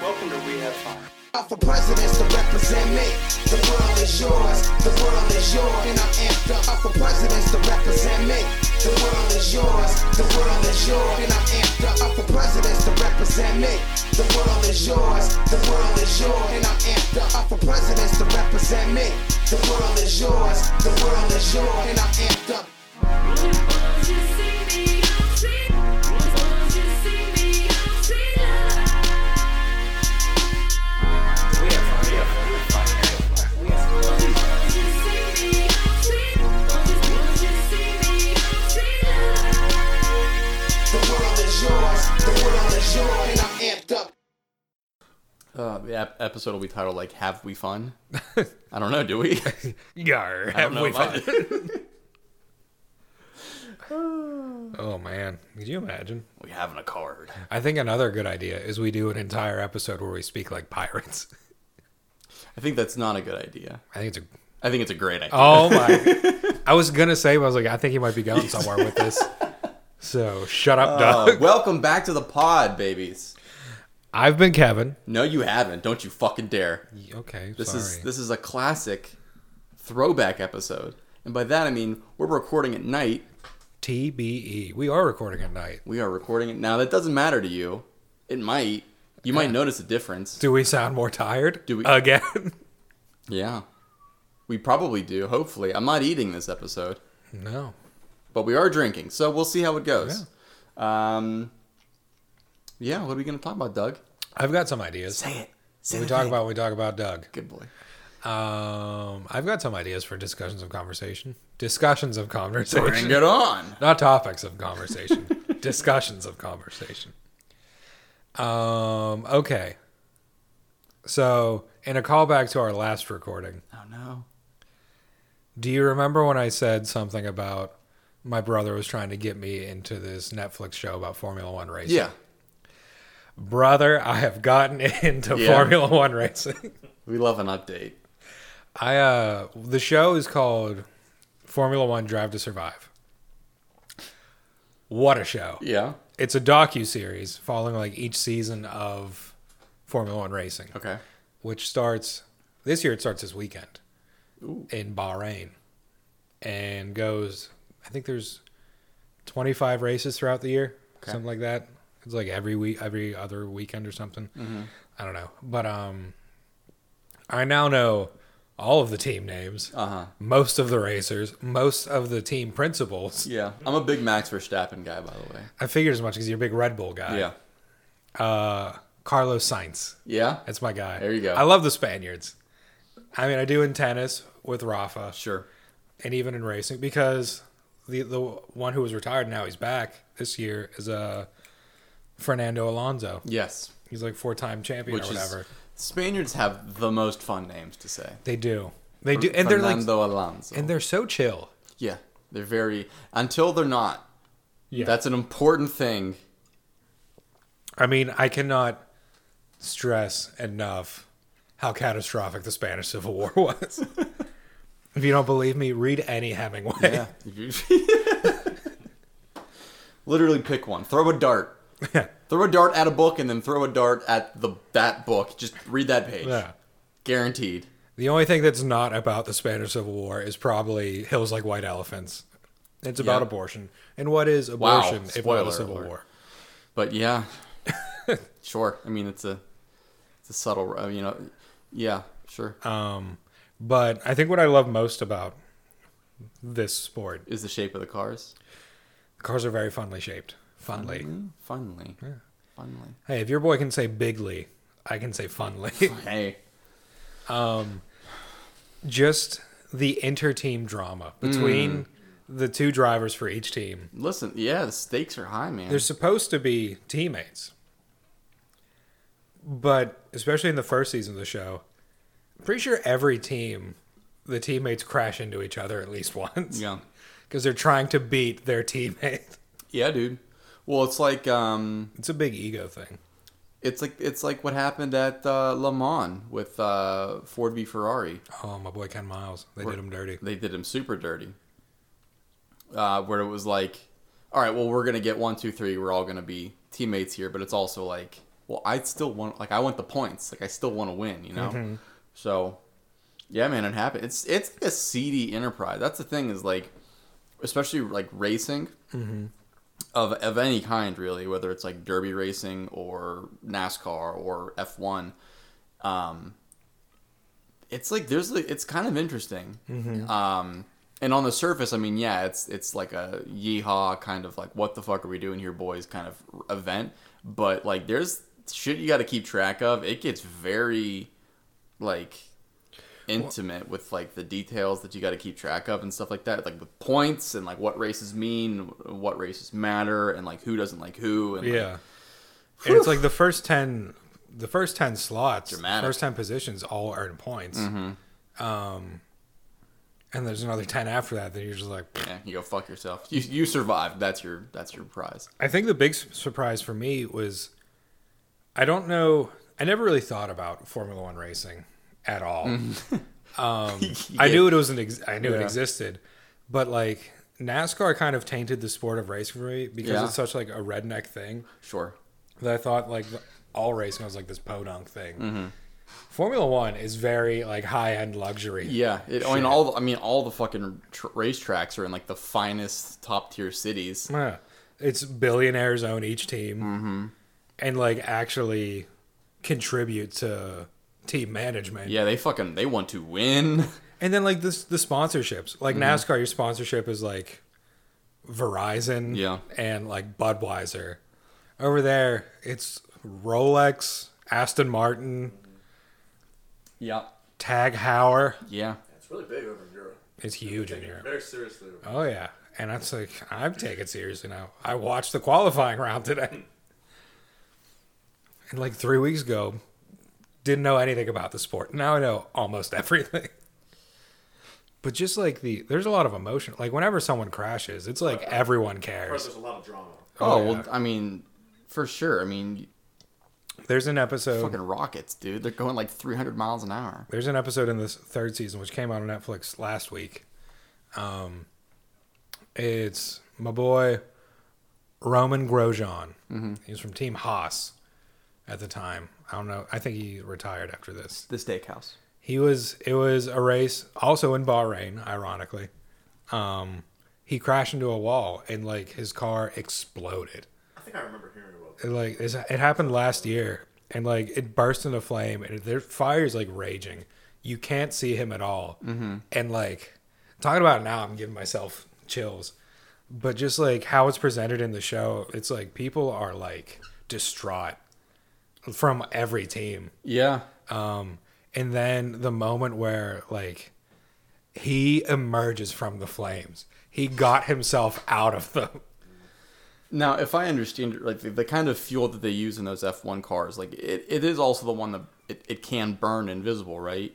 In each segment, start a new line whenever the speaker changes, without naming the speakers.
welcome to We Have Fun.
For presidents to represent me, the world is yours, the world is yours, and I'm amped up. For presidents to represent me, the world is yours, the world is yours, and I'm amped up. For presidents to represent me, the world is yours, the world is yours, and I'm amped up. For presidents to represent me, the world is yours, the world is yours, and I'm amped up.
We have fun. We have fun. We have fun. We have fun.
The world is yours, the world is yours, and I'm amped up.
Uh, the ep- episode will be titled like "Have We Fun." I don't know. Do we?
Yar,
I don't
have
know.
we
if I-
fun? Oh man, could you imagine?
we having a card.
I think another good idea is we do an entire episode where we speak like pirates.
I think that's not a good idea.
I think it's a
I think it's a great idea.
oh my. I was gonna say, but I was like, I think he might be going somewhere with this. So shut
Uh,
up, dog.
welcome back to the pod, babies.
I've been Kevin.
No, you haven't. Don't you fucking dare.
Okay,
This
sorry.
is this is a classic throwback episode, and by that I mean we're recording at night.
TBE. E. We are recording at night.
We are recording it now. That doesn't matter to you. It might. You might notice a difference.
Do we sound more tired?
Do we-
again?
Yeah, we probably do. Hopefully, I'm not eating this episode.
no.
but we are drinking, so we'll see how it goes. Yeah. Um, yeah, what are we going to talk about, Doug?
I've got some ideas. Say it. we talk about when we talk about Doug.
Good boy.
Um, I've got some ideas for discussions of conversation. Discussions of
Bring
conversation.
it on.
Not topics of conversation. discussions of conversation. Um, okay. So, in a callback to our last recording,
Oh no.
do you remember when I said something about my brother was trying to get me into this Netflix show about Formula One racing?
Yeah,
Brother, I have gotten into
Yeah.
Formula One racing.
we love an update.
I uh the show is called Formula One Drive to Survive. What a show.
Yeah.
It's a docu series following like each season of Formula One racing.
Okay.
Which starts this year it starts this weekend
Ooh.
in Bahrain. And goes I think there's twenty five races throughout the year. Something like that. It's like every week every other weekend or something.
Mm-hmm.
I don't know. But um I now know all of the team names,
Uh huh.
most of the racers, most of the team principals.
Yeah, I'm a big Max Verstappen guy, by the way.
I figured as much because you're a big Red Bull guy.
Yeah.
Uh, Carlos Sainz.
Yeah.
That's my guy.
There you go.
I love the Spaniards. I mean, I do in tennis with Rafa
Sure.
and even in racing because the the one who was retired now he's back this year is uh, Fernando Alonso.
Yes.
He's like four time champion
Which
or whatever.
is Spaniards have the most fun names to say.
They do. They do. And they're like,
Fernando Alonso.
and they're so chill.
yeah, they're very until they're not.
Yeah.
That's an important thing.
I mean, I cannot stress enough how catastrophic the Spanish Civil War was. if you don't believe me, read any Hemingway.
Yeah. Literally pick one. Throw a dart.
Yeah.
Throw a dart at a book and then throw a dart at the that book. Just read that page.
Yeah.
Guaranteed.
The only thing that's not about the Spanish Civil War is probably Hills Like White Elephants. It's about
Yep.
abortion. And what is abortion if not
Spoiler
a Civil
alert.
War?
But yeah. sure. I mean it's a it's a subtle uh, you know yeah, sure.
Um, but I think what I love most about this sport,
Is the shape of the cars?
the cars are very funly shaped. Funly.
Finally. Finally.
Hey, if your boy can say bigly, I can say funly.
Hey.
just the inter-team drama between
Hmm.
the two drivers for each team.
Listen, yeah, the stakes are high, man.
They're supposed to be teammates, but especially in the first season of the show, I'm pretty sure every team, the teammates crash into each other at least once.
yeah.
because they're trying to beat their teammate.
Yeah, dude. Well, it's like um
It's a big ego thing.
It's like it's like what happened at uh, Le Mans with uh, Ford v Ferrari.
Oh, my boy Ken Miles, they did him dirty.
They did him super dirty. Uh, where it was like, all right, well, we're gonna get one, two, three. We're all gonna be teammates here, but it's also like, well, I still want like I want the points. Like I still want to win, you know. So, yeah, man, it happened. It's it's a seedy enterprise. That's the thing is like, especially like racing. Of, of any kind really whether it's like derby racing or nascar or f1 um, it's like there's like it's kind of interesting. Um, and on the surface, I mean, yeah, it's it's like a yeehaw kind of like what the fuck are we doing here, boys? kind of event. But like, there's shit you got to keep track of. It gets very like intimate with like the details that you got to keep track of and stuff like that like with points and like what races mean what races matter and like who doesn't like who and like,
Yeah. And it's like the first 10 the first 10 slots,
Dramatic. Mm-hmm.
first 10 positions all earn points. Um and there's another 10 after that that you're just like
yeah, you go fuck yourself you, you survived that's your that's your prize
I think the big s- surprise for me was I don't know. I never really thought about Formula One racing at all. Um, I knew it was an ex- I knew it
Mm-hmm. Yeah.
existed, but like NASCAR kind of tainted the sport of racing for me because
Yeah.
it's such like a redneck thing
sure
that I thought like the- all racing was like this podunk thing.
Mm-hmm.
Formula One is very like high end luxury.
Yeah, it, I mean all. The, I mean all the fucking tr- racetracks are in like the finest top tier cities.
Yeah. It's billionaires own each team
Mm-hmm.
and like actually contribute to team management.
Yeah, they fucking they want to win.
And then like this the sponsorships. Like
Mm-hmm.
NASCAR, your sponsorship is like Verizon
Yeah.
and like Budweiser. Over there, it's Rolex, Aston Martin,
Yeah,
Tag Heuer.
yeah.
It's really big over in Europe.
It's huge in
Take it
Europe.
very seriously. over
Oh yeah. And that's like I'm taking seriously now. I watched the qualifying round today. And like three weeks ago, didn't know anything about the sport. Now I know almost everything. But just like the there's a lot of emotion. Like whenever someone crashes, it's like everyone
there.
cares.
There's a lot of drama.
Oh,
yeah.
well, I mean, for sure. I mean,
There's an episode
fucking rockets, dude. They're going like 300 miles an hour.
there's an episode in this third season which came out on Netflix last week. Um, it's my boy Roman Grosjean. He was from Team Haas at the time. I don't know. I think he retired after this.
The steakhouse.
He was. It was a race also in Bahrain, ironically. Um, he crashed into a wall and like his car exploded
I think I remember hearing about that.
it, like it's, it happened last year and like it burst into flame and their fire is like raging you can't see him at all and like talking about it now i'm giving myself chills but just like how it's presented in the show it's like people are like distraught from every team
Yeah,
um, and then the moment where like he emerges from the flames he got himself out of them
Now, if I understand, it, like the, the kind of fuel that they use in those F1 cars, like it, it is also the one that it, it can burn invisible, right?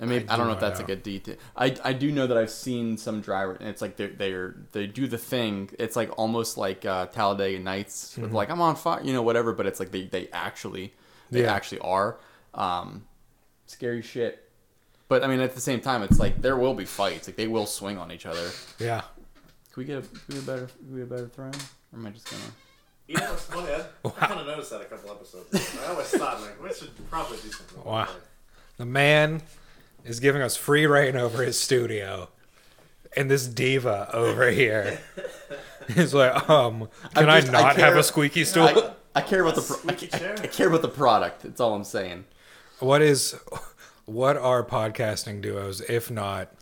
I mean, I,
do
don't know if
not
that's
know.
like a detail. I, I do know that I've seen some driver, and it's like they're they're they do the thing. It's like almost like uh, Talladega Nights,
Mm-hmm.
with like I'm on fire, you know, whatever. But it's like they they actually they
Yeah.
actually are um, scary shit. But I mean, at the same time, it's like there will be fights. Like they will swing on each other.
yeah
Can we get a, can we get a better can we get a better throne? Or am I just gonna?
Yeah, that's funny. I, I kind of noticed that a couple episodes. ago. I always thought, like, we should probably do something. like
Wow.
that.
The man is giving us free reign over his studio. And this diva over here is like, um, can
I'm
I
just- I
not have
care-
a squeaky stool?
I, I care about the pro- I,
Squeaky
ca-
chair.
I care about the product. That's all I'm saying.
what is, what are podcasting duos if not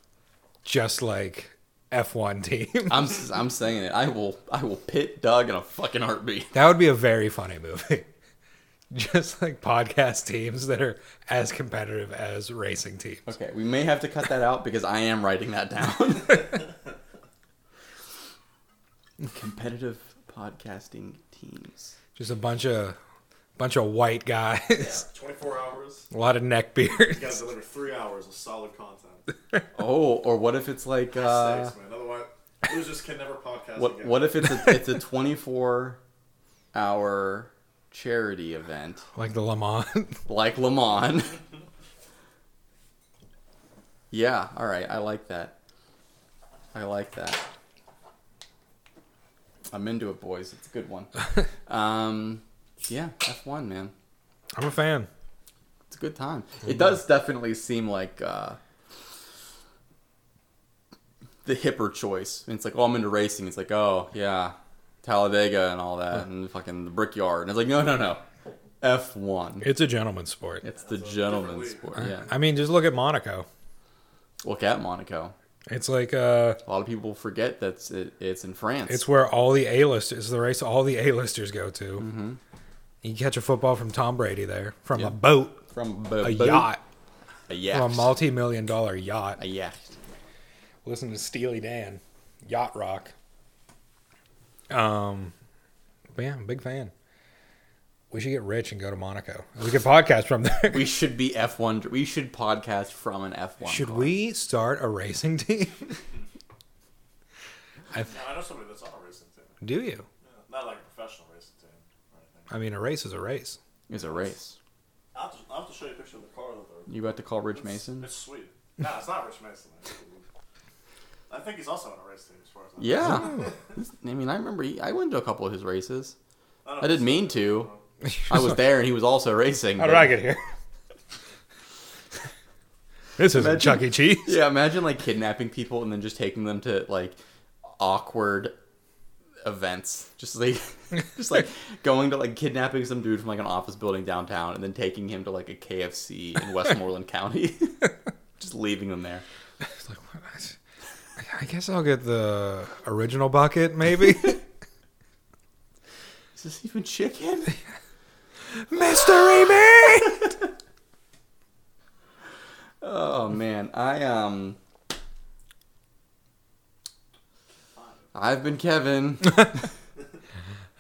just like F1 team?
I'm s- I'm saying it. I will I will pit Doug in a fucking heartbeat.
that would be a very funny movie. Just like podcast teams that are as competitive as racing teams.
Okay, we may have to cut that out because I am writing that down. Competitive podcasting teams.
Just a bunch of, bunch of white guys,
24 hours.
a lot of neck
You gotta
beards.
deliver three hours of solid content.
Oh, or what if it's like uh,
Thanks, man. Otherwise, losers can never podcast
what
again.
what if it's a, it's a 24 hour charity event
Like the Le Mans.
like Le Mans. yeah, all right. I like that. I like that. I'm into it, boys. It's a good one. um, Yeah, F1, man.
I'm a fan.
It's a good time. It does definitely seem like uh, the hipper choice. And it's like, oh, I'm into racing. It's like, oh, yeah, Talladega and all that, and fucking the brickyard. And it's like, no, no, no. F1.
It's a gentleman's sport.
It's the gentleman's
different
sport. Yeah.
I mean, just look at Monaco.
Look at Monaco.
It's like uh,
A lot of people forget that it, it's in France.
it's where all the A-list is the race all the A-listers go to.
Mm-hmm.
You can catch a football from Tom Brady there from a boat,
from
a
boat-
yacht,
A
from a
yacht.
multi-million dollar yacht.
A yacht.
Listen to Steely Dan, yacht rock. Um, but yeah, I'm a big fan. We should get rich and go to Monaco. We could podcast from there.
We should be F1. dr- We should podcast from an F1.
Should
car.
we start a racing team? I th-
No, I know somebody that's on a racing team.
do you?
Yeah, Not like a professional racing team. or anything.
I mean, a race is a race.
It's a race.
I'll have, to, I'll have to show you a picture of the car though.
You about to call Rich Mason?
It's sweet. No, it's not Rich Mason. I think he's also on a race team as far as I know.
Yeah. I mean, I remember he, I went to a couple of his races.
I, don't
I didn't
know.
mean to. I was there, and he was also racing. but-
get here? this isn't
Imagine-
Chuck E. Cheese.
Yeah, imagine like kidnapping people and then just taking them to like awkward events. Just like just like going to like kidnapping some dude from like an office building downtown and then taking him to like a KFC in Westmoreland County. just leaving them there.
It's like, what- I guess I'll get the original bucket, maybe.
Is this even chicken?
Mystery meat.
Oh man, I um I've been Kevin.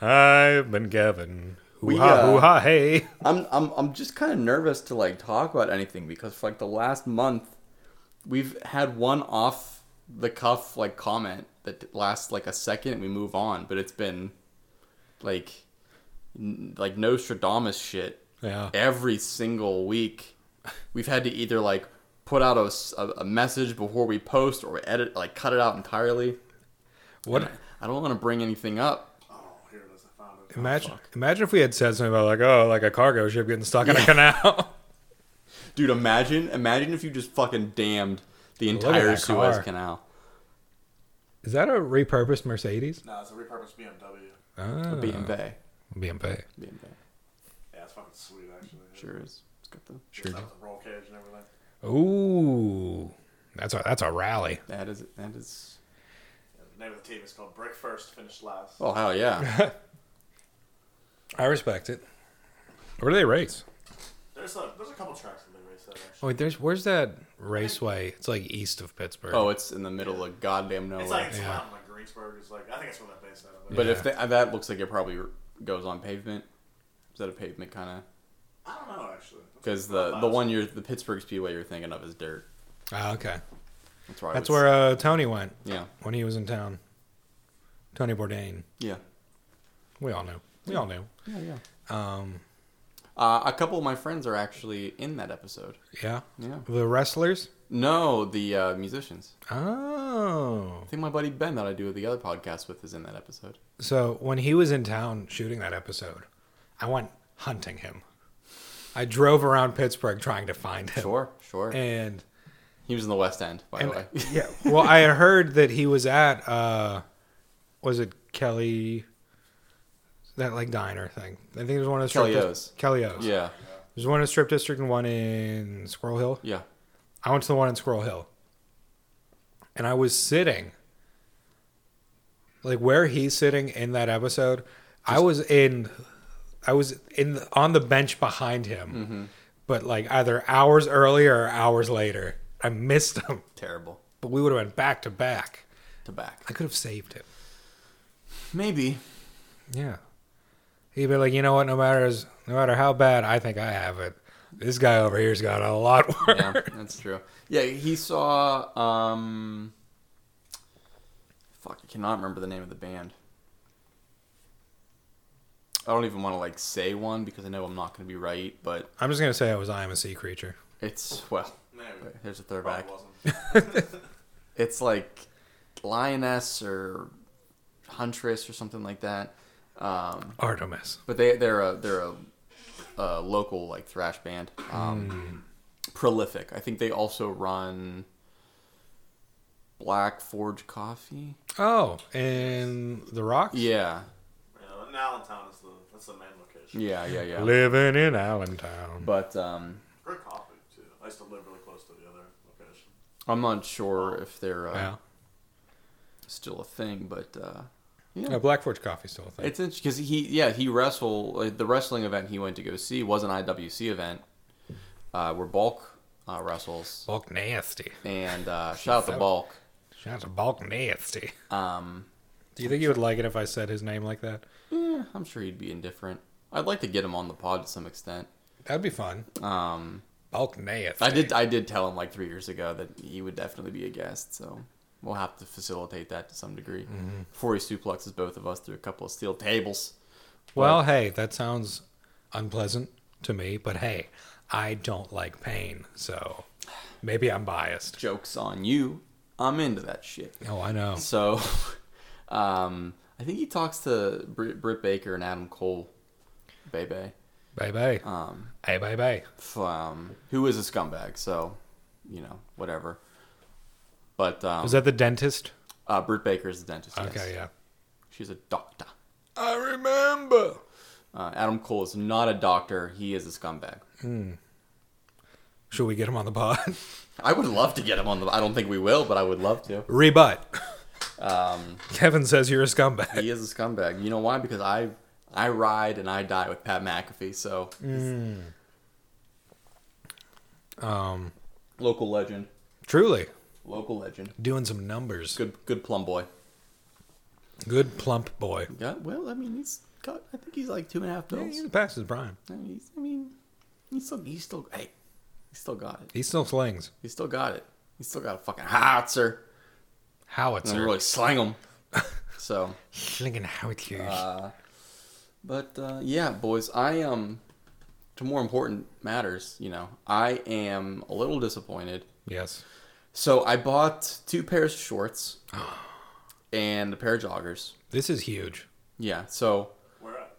I've been Gavin. Hoo
We,
ha,
uh,
hoo ha, hey.
I'm I'm I'm just kind of nervous to like talk about anything because for like the last month we've had one off the cuff like comment that lasts like a second and we move on, but it's been like n- like Nostradamus shit
Yeah.
every single week. We've had to either like put out a, s- a- a message before we post or edit like cut it out entirely.
What?
I don't want to bring anything up.
Oh, here it is. I found it.
Imagine, imagine if we had said something about like, oh, like a cargo ship getting stuck in a canal.
Dude, imagine imagine if you just fucking damned the
at
entire
that
Suez
car.
Canal.
Is that a repurposed Mercedes? Ah.
No, it's a repurposed BMW.
A BMW.
BMP.
BMW.
Yeah, it's fucking sweet actually.
Sure is. It's got the
Sure. With the roll cage and everything.
Ooh, that's a that's a rally.
that is that is
Yeah, the name of the team is called Break First, Finish Last.
Oh hell yeah.
I respect it. Where do they race?
There's a there's a couple tracks that they race at actually.
Oh, wait, there's where's that raceway? It's like east of Pittsburgh.
oh, it's in the middle of goddamn nowhere.
It's like it's
Oh, Yeah.
around like Greensburg. It's like I think it's where that base out of.
but
Yeah.
if they, that looks like it probably goes on pavement. Is that a pavement kind of?
I don't know actually.
Because the the one you're the Pittsburgh Speedway you're thinking of is dirt.
Ah, okay.
That's where. I
That's
was-
where uh, Tony went
Yeah.
when he was in town. Tony Bourdain.
Yeah.
We all knew. We all knew.
Yeah. Yeah.
Um,
Uh, a couple of my friends are actually in that episode.
yeah.
Yeah.
The wrestlers.
No, the uh, musicians.
Oh.
I think my buddy Ben that I do the other podcast with is in that episode.
So when he was in town shooting that episode, I went hunting him. I drove around Pittsburgh trying to find him.
Sure, sure.
And
he was in the West End, by the way.
yeah, well, I had heard that he was at uh, was it Kelly? That like diner thing. I think there's one of the strip
Kelly
dis-
O's.
Kelly O's.
yeah,
There's one in the strip district and one in Squirrel Hill.
yeah.
I went to the one in Squirrel Hill. And I was sitting like where he's sitting in that episode, I was in I was in the, on the bench behind him. But like either hours earlier or hours later. I missed him,
Terrible.
but we would have went back to back.
To
I
back.
could have saved him.
Maybe.
Yeah. He'd be like, you know what? No matter as, no matter how bad I think I have it, this guy over here's got a lot worse.
Yeah, that's true. Yeah, he saw. um Fuck, I cannot remember the name of the band. I don't even want to like say one because I know I'm not going to be right, but
I'm just gonna say I was I am a sea creature.
it's well.
Maybe.
wait, Here's a third
Probably
back.
wasn't.
It's like lioness or huntress or something like that.
Artemis.
But they they're a they're a, a local like thrash band.
Hmm.
Um, Prolific. I think they also run Black Forge Coffee.
Oh, and the rocks.
Yeah,
Yeah, and Allentown is the that's the main location.
yeah, yeah, yeah.
Living in Allentown.
But um,
Great coffee too. I used to live really close to the other location.
I'm not sure if they're uh,
yeah.
still a thing. But uh, yeah,
No, Black Forge Coffee still a thing.
it's interesting because he yeah he wrestled like, the wrestling event he went to go see was an IWC event uh, where Bulk uh, wrestles
Bulk nasty.
and uh, shout out to
That-
Bulk.
Shout out to Bulk nasty.
Um,
Do you think you would like it if I said his name like that?
Yeah, I'm sure he'd be indifferent. I'd like to get him on the pod to some extent.
That'd be fun.
Um,
Bulk nasty.
I did I did tell him like three years ago that he would definitely be a guest, so we'll have to facilitate that to some degree before he suplexes both of us through a couple of steel tables.
Well, hey, that sounds unpleasant to me, but hey, I don't like pain, so maybe I'm biased.
Jokes on you, I'm into that shit.
Oh, I know.
So, um, I think he talks to Britt, Britt Baker and Adam Cole, Bebe,
Bye bye.
um,
Hey, bye bye.
f- um, who is a scumbag. So, you know, whatever. But um,
Was that the dentist?
uh, Britt Baker is the dentist. yes.
Okay, yeah.
She's a doctor.
I remember.
Uh, Adam Cole is not a doctor. He is a scumbag.
Should we get him on the pod?
I would love to get him on the. I don't think we will, but I would love to.
Rebut. Um, Kevin says you're a scumbag.
He is a scumbag. You know why? Because I I ride and I die with Pat McAfee. So,
Um,
local legend.
truly
Local legend.
doing some numbers. Good,
Good good plum boy.
plump boy.
Yeah. Well, I mean, he's got. I think he's like two and a half
Yeah,
pills.
he's past his prime.
I mean, he's, I mean, he's still he's still hey, he still got it.
He still slings.
He still got it. He still got a fucking howitzer. And
Howitzer.
really slang him. So.
Slinging howitzers.
But uh, yeah, boys, I am. Um, to more important matters, you know, I am a little disappointed.
yes.
So I bought two pairs of shorts and a pair of joggers.
This is huge.
Yeah. So,
Where at?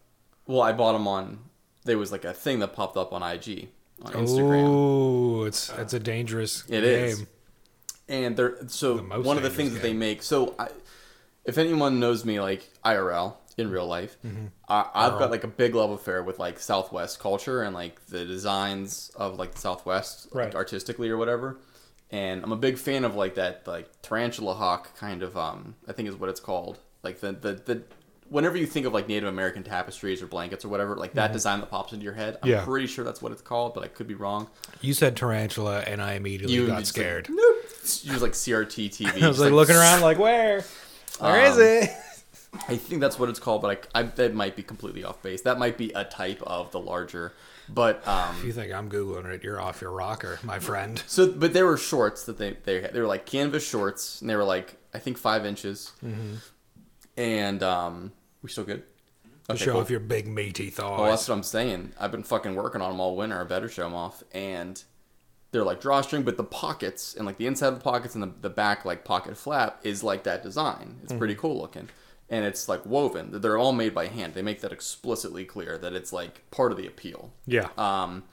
well, I bought them on. There was like a thing that popped up on IG on Instagram.
Ooh, it's it's a dangerous
It
game.
is. And they're so
The most
one of the
dangerous
things that they
game.
make. So, I, if anyone knows me, like IRL in real life,
Mm-hmm.
I, I've got like a big love affair with like Southwest culture and like the designs of like the Southwest, like,
Right.
artistically or whatever. And I'm a big fan of like that like tarantula hawk kind of um I think is what it's called. Like the the, the whenever you think of like Native American tapestries or blankets or whatever, like that design that pops into your head. I'm
Mm-hmm. Yeah.
pretty sure that's what it's called, but I could be wrong.
You said tarantula, and I immediately
You
got
just, like,
scared.
Nope. She was like CRT TV.
I was like, looking around, like where? Where is
Um,
it?
I think that's what it's called, but I, I that might be completely off base. That might be a type of the larger, but
If
um.
you think I'm googling it, you're off your rocker, my friend.
So, but there were shorts that they they had. they were like canvas shorts, and they were like I think five inches,
Mm-hmm.
and um, we still good.
To
Okay,
show
cool.
off your big meaty
Well, Oh, that's
thighs.
what I'm saying. I've been fucking working on them all winter. I better show them off. And they're like drawstring, but the pockets and like the inside of the pockets and the, the back like pocket flap is like that design. It's pretty cool looking. And it's like woven. They're all made by hand. They make that explicitly clear that it's like part of the appeal.
yeah,
Um,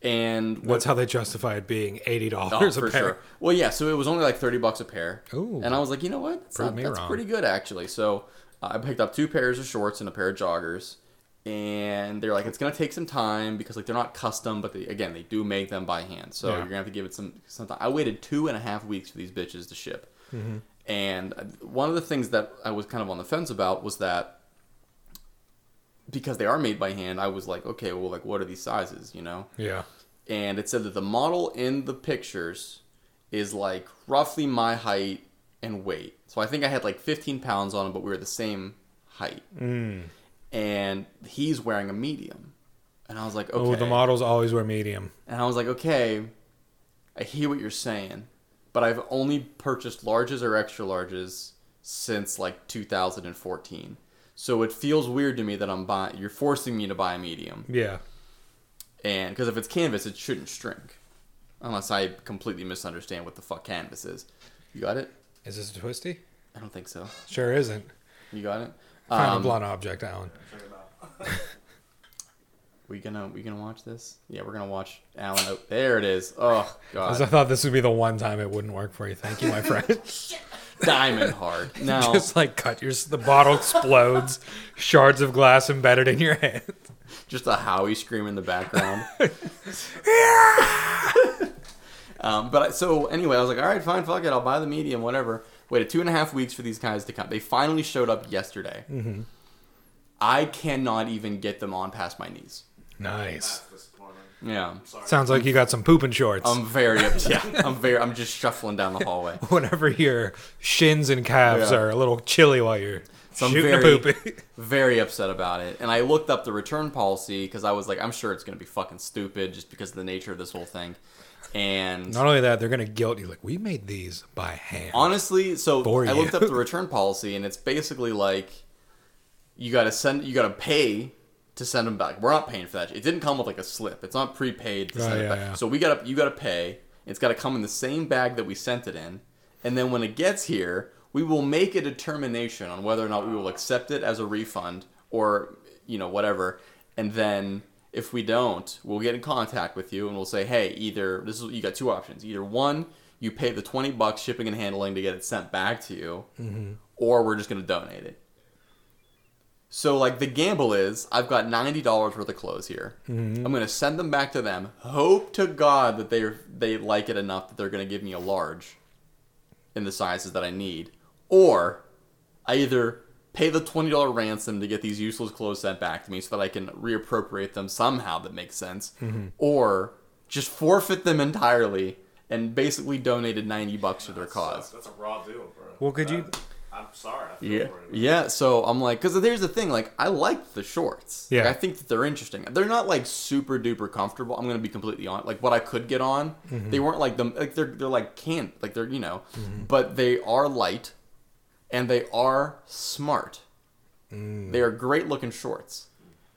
and
that's how they justify it being eighty
Oh,
dollars a
for
pair.
sure. Well, yeah. So it was only like thirty bucks a pair.
Ooh.
And I was like, you know what? That's,
Prove
not-
me
that's
wrong.
pretty good actually. So uh, I picked up two pairs of shorts and a pair of joggers, and they're like, it's gonna take some time because like they're not custom, but they, again, they do make them by hand. So
Yeah.
you're gonna have to give it some some time. I waited two and a half weeks for these bitches to ship.
Mm-hmm.
And uh, one of the things that I was kind of on the fence about was that because they are made by hand, I was like, okay, well, like, what are these sizes? You know
Yeah,
and it said that the model in the pictures is like roughly my height and weight. So I think I had like 15 pounds on him, but we were the same height.
Mm.
And he's wearing a medium. And I was like, okay.
oh, the models always wear medium.
And I was like, okay, I hear what you're saying, but I've only purchased larges or extra larges since like 2014. So it feels weird to me that I'm buying, you're forcing me to buy a medium
Yeah,
and because if it's canvas, it shouldn't shrink, unless I completely misunderstand what the fuck canvas is. You got it?
is this a twisty?
I don't think so.
Sure isn't.
You got it? Um,
Find a blunt object, Alan.
Check it out.
We gonna we gonna watch this? Yeah, we're gonna watch Alan. O- there it is. Oh
'Cause I
god,
thought this would be the one time it wouldn't work for you. Thank you, my friend.
Diamond Hard. Now
Just
just,
like cut your the bottle explodes, shards of glass embedded in your hand.
a Howie scream in the background. um, but I, so anyway, I was like, all right, fine, fuck it, I'll buy the medium, whatever. Waited two and a half weeks for these guys to come. They finally showed up yesterday. I cannot even get them on past my knees.
Nice.
That's disappointing.
Yeah,
Sounds like you got some pooping shorts.
I'm very upset. yeah, I'm very. I'm just shuffling down the hallway.
Whenever your shins and calves
Yeah.
are a little chilly while you're
Some
shooting a
very-
poopy.
very upset about it and i looked up the return policy because i was like i'm sure it's going to be fucking stupid just because of the nature of this whole thing and
Not only that, they're gonna guilt you. Like we made these by hand.
honestly so
For
i looked
you.
up the return policy and it's basically like you gotta send you gotta pay to send them back we're not paying for that it didn't come with like a slip it's not prepaid to
Oh,
send it
yeah,
back
yeah.
so we gotta you gotta pay it's gotta come in the same bag that we sent it in and then when it gets here we will make a determination on whether or not we will accept it as a refund or you know whatever and then if we don't we'll get in contact with you and we'll say hey either this is you got two options either one you pay the 20 bucks shipping and handling to get it sent back to you
Mm-hmm.
or we're just going to donate it so like the gamble is I've got ninety dollars worth of clothes here. I'm gonna send them back to them. Hope to God that they they like it enough that they're gonna give me a large in the sizes that I need. Or I either pay the twenty dollar ransom to get these useless clothes sent back to me so that I can reappropriate them somehow that makes sense. Or just forfeit them entirely and basically donated ninety bucks to their cause.
That's, that's a raw deal, bro.
Well, could you-
That- I'm sorry. I feel
Yeah.
for you, man.
Yeah. So I'm like, because here's the thing, like, I like the shorts. Like,
Yeah.
I think that they're interesting. They're not like super duper comfortable. I'm gonna be completely honest. Like what I could get on,
Mm-hmm.
they weren't like them. Like they're they're like can't like they're you know, but they are light, and they are smart.
Mm.
They are great looking shorts,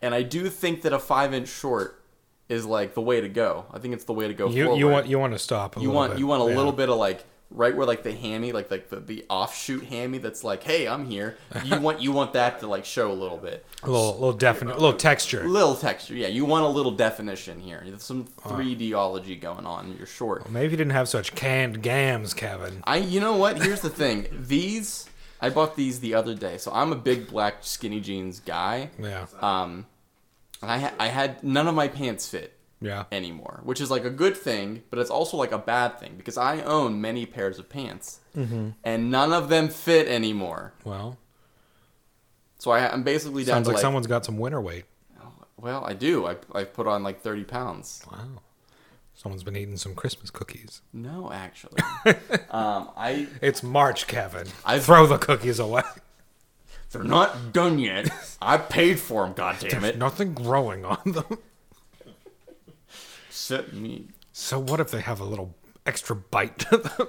and I do think that a five inch short is like the way to go. I think it's the way to go.
You,
forward
you want you want to stop. A
you
little
want
bit.
you want a
Yeah.
little bit of like right where like the hammy like like the, the offshoot hammy that's like hey i'm here you want you want that to like show a little bit
a little little definite little texture.
little texture yeah you want a little definition here there's some 3dology going on in your short
Maybe you didn't have such canned gams, Kevin.
i you know what here's the thing these i bought these the other day so i'm a big black skinny jeans guy
Yeah,
um and i ha- i had none of my pants fit
yeah.
anymore, which is like a good thing, but it's also like a bad thing because I own many pairs of pants and none of them fit anymore.
Well,
So I, I'm basically down
sounds
to
like
like,
someone's got some winter weight.
well, I do. I, I put on like 30 pounds.
Wow, someone's been eating some Christmas cookies.
No, actually. um, I
It's March, Kevin.
I've-
Throw the cookies away.
They're not done yet. I paid for them, goddammit.
Nothing growing on them.
Set me.
So what if they have a little extra bite to them?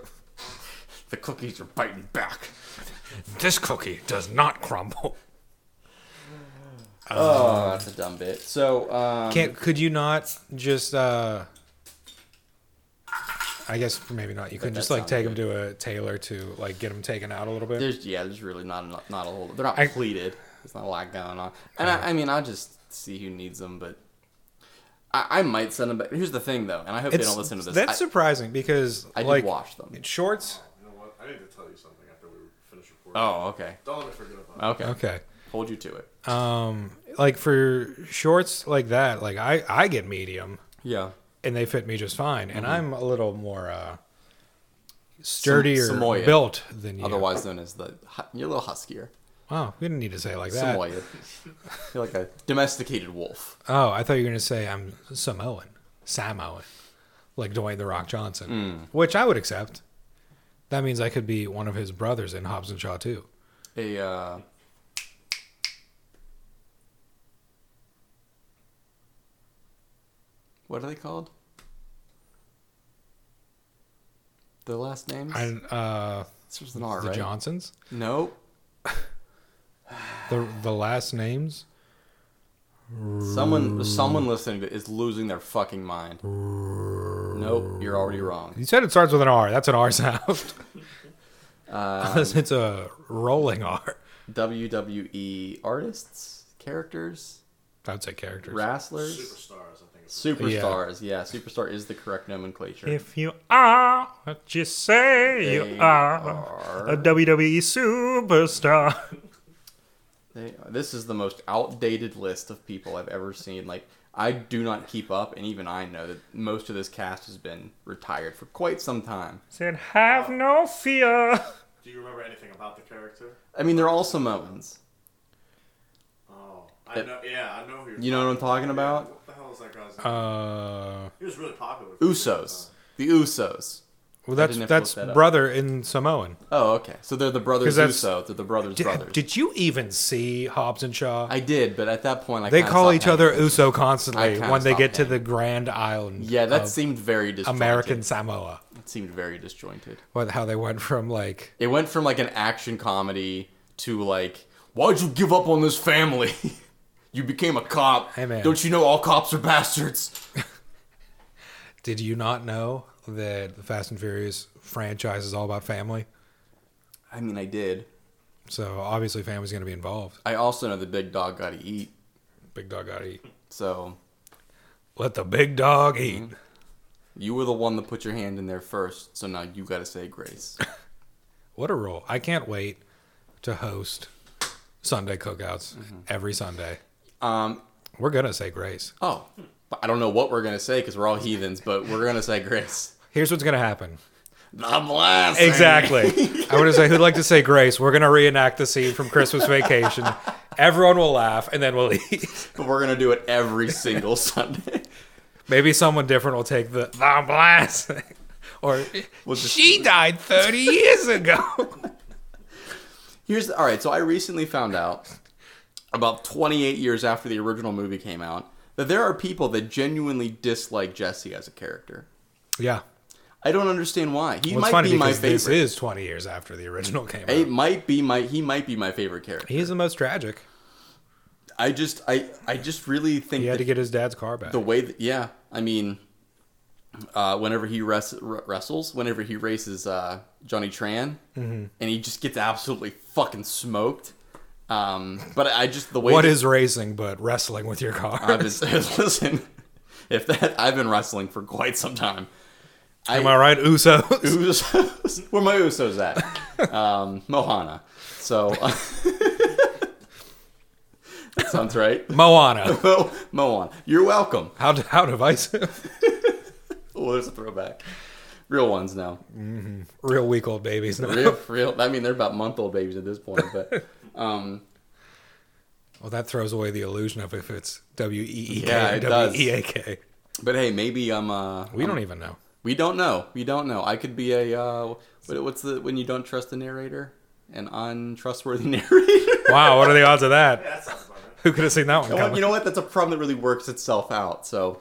The cookies are biting back.
This cookie does not crumble.
Oh, that's a dumb bit. So, um,
Can't could you not just uh I guess maybe not. You could
that
just like
sound
take them to a tailor to like get them taken out a little bit.
there's yeah, there's really not enough, not a whole. They're not
I- Uh-huh.
pleated. There's not a lot going on. And I, I mean, I'll just see who needs them, but I, I might send them. back. Here's the thing, though, and I hope they
It's-
don't listen to this.
That's
I,
surprising because
I did
like
wash them.
shorts.
You know what? I need to tell you something after we finish recording.
Oh, okay,
Don't let me forget about
okay,
Okay.
Hold you to it.
Um like for shorts like that, like I I get medium
Yeah,
and they fit me just fine and
Mm-hmm.
I'm a little more uh sturdier
Samoyed.
built than you.
otherwise known as the hu- you're a little huskier,
Wow, we didn't need to say it like that.
Samoyed. you're like a domesticated wolf.
Oh, I thought you were going to say I'm Samoan, Samoan, like Dwayne the Rock
Mm.
Johnson, which I would accept. That means I could be one of his brothers in Hobbs and Shaw too.
A uh, what are they called? The last names?
I, uh,
It's just an R,
the
right?
Johnsons,
Nope.
the the last names,
Someone, someone listening to is losing their fucking mind. Nope, you're already wrong.
You said it
Um,
starts with an R. That's an R sound. Unless it's a rolling R.
WWE E artists, characters,
I would say characters.
wrestlers,
Superstars, I think. it's-
superstars. Yeah. superstar is the correct nomenclature.
If you are what you say
They
you are, a
are-
WWE superstar.
they- this is the most outdated list of people I've ever seen. Like, I do not keep up, and even I know that most of this cast has been retired for quite some time.
Said, have no fear.
Do you remember anything about the character?
I mean, they're all Samoans.
Oh, I
It-
know. Yeah, I know who you're
You know what I'm talking about?
What the hell is that guy's name?
Uh,
he was really popular. for a
Usos.
time.
The Usos.
well,
I
that's
didn't have to
that's
look that up.
brother in Samoan.
Oh, okay. So they're the brothers
'Cause that's-
Uso. They're the brothers
Did,
brothers.
did you even see Hobbs and Shaw?
I did, but at that point, I
they
kinda
call
stopped
each
paying
other
attention.
Uso
I
constantly
kinda
when they
stopped
get to the
paying.
Grand Island.
Yeah, that
of
seemed very disjointed.
American Samoa.
It seemed very disjointed.
With how they went from like
It went from like an action comedy to like, why'd you give up on this family? you became a cop.
Hey, man.
Don't you know all cops are bastards?
Did you not know that the Fast and Furious franchise is all about family?
I mean, I did.
So obviously, family's going to be involved.
I also know the big dog got to eat.
Big dog got to eat.
So
Let the big dog eat.
you were the one that put your hand in there first. So now you got to say grace.
What a rule! I can't wait to host Sunday cookouts every Sunday.
Mm-hmm. um.
We're gonna say grace.
Oh, but I don't know what we're gonna say because we're all heathens, but we're gonna say grace.
Here's what's gonna happen.
The blessing.
I'm gonna say who'd like to say grace. We're gonna reenact the scene from Christmas Vacation. Everyone will laugh, and then we'll eat.
But we're gonna do it every single Sunday.
Maybe someone different will take the the blast. Or
We'll just-
she died 30 years ago.
Here's all right. So I recently found out about 28 years after the original movie came out that there are people that genuinely dislike Jesse as a character.
Yeah.
I don't understand why. He
Well, it's
might
funny
be my
because this uh,
favorite. Mm.
is 20 years after the original came
It
out.
might be my he might be my favorite character.
He's the most tragic.
I just I I just really think
He had
that
to get his dad's car back.
the way that yeah I mean uh, whenever he res- r- wrestles whenever he races uh, Johnny Tran
Mm-hmm.
and he just gets absolutely fucking smoked. Um, but I just the way
What
that-
is racing but wrestling with your car?
I've been, listen, if that I've been wrestling for quite some time.
Am I right, Usos?
Usos, where my Usos at? Um, Mohana. So uh, that sounds right.
Moana.
Mo, Moana. You're welcome.
How, how divisive.
Oh, there's a throwback. Real ones now.
Real weak old babies.
Real, real. I mean, they're about month old babies at this point, but um,
Well, that throws away the illusion of if it's W E E K
Yeah,
or
it does.
W E A K.
but hey, maybe I'm. Uh,
We don't e- even know.
we don't know. We don't know. I could be a. Uh, what, what's the when you don't trust the narrator? An untrustworthy narrator.
Wow, what are the odds of that?
Yeah, that sounds about right.
Who could have seen that one
Well,
coming?
you know what? That's a problem that really works itself out. So,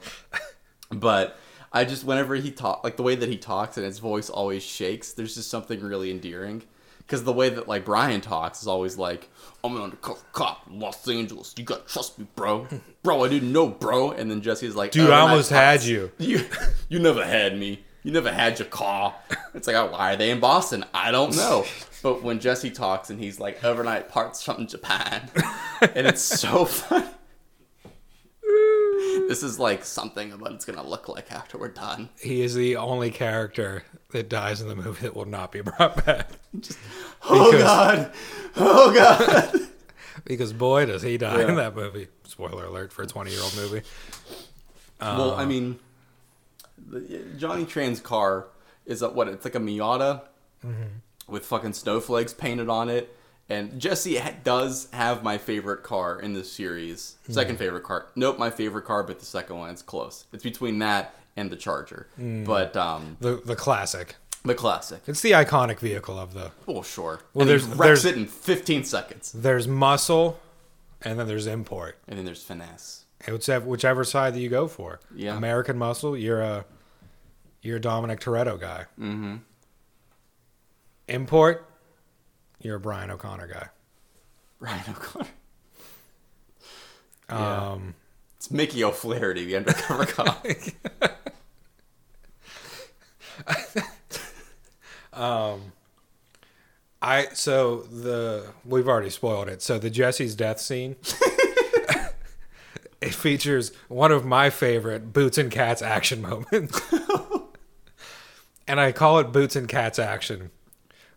but I just whenever he talk, like the way that he talks and his voice always shakes. There's just something really endearing because the way that like Brian talks is always like, "I'm an undercover cop in Los Angeles. You gotta trust me, bro. Bro, I didn't know, bro." And then Jesse's like,
Dude,
"Oh,
I
and
almost
thought-
had you."
You, you never had me. You never had your car." It's like, oh, why are they in Boston? I don't know. But when Jesse talks and he's like, overnight parts from Japan, and it's so funny this is like something of what it's gonna look like after we're done.
he is the only character that dies in the movie that will not be brought back.
Oh
Because-
god! Oh god!
Because boy, does he die
Yeah.
in that movie. Spoiler alert for a 20 year old movie. Um,
well, I mean, the, Johnny Tran's car is a, what? It's like a Miata
Mm-hmm.
with fucking snowflakes painted on it. And Jesse ha- does have my favorite car in this series.
Mm.
Second favorite car. Nope, my favorite car, but the second one. It's close. It's between that and the Charger.
Mm.
But um,
The, the classic.
the classic.
It's the iconic vehicle of the.
Well, sure.
Well,
Well, there's,
there's-
he wrecks
there's-
it in 15 seconds.
There's muscle, and then there's import.
And then there's finesse.
It's ev- whichever side that you go for.
Yeah.
American muscle, you're a you're a Dominic Toretto guy. Mm-hmm. Import, you're a Brian O'Connor guy.
Ryan O'Connor.
Um,
It's Mickey O'Flaherty, the undercover cop.
I I so the we've already spoiled it. So the Jesse's death scene. it features one of my favorite boots and cats action moments. and I call it boots and cats action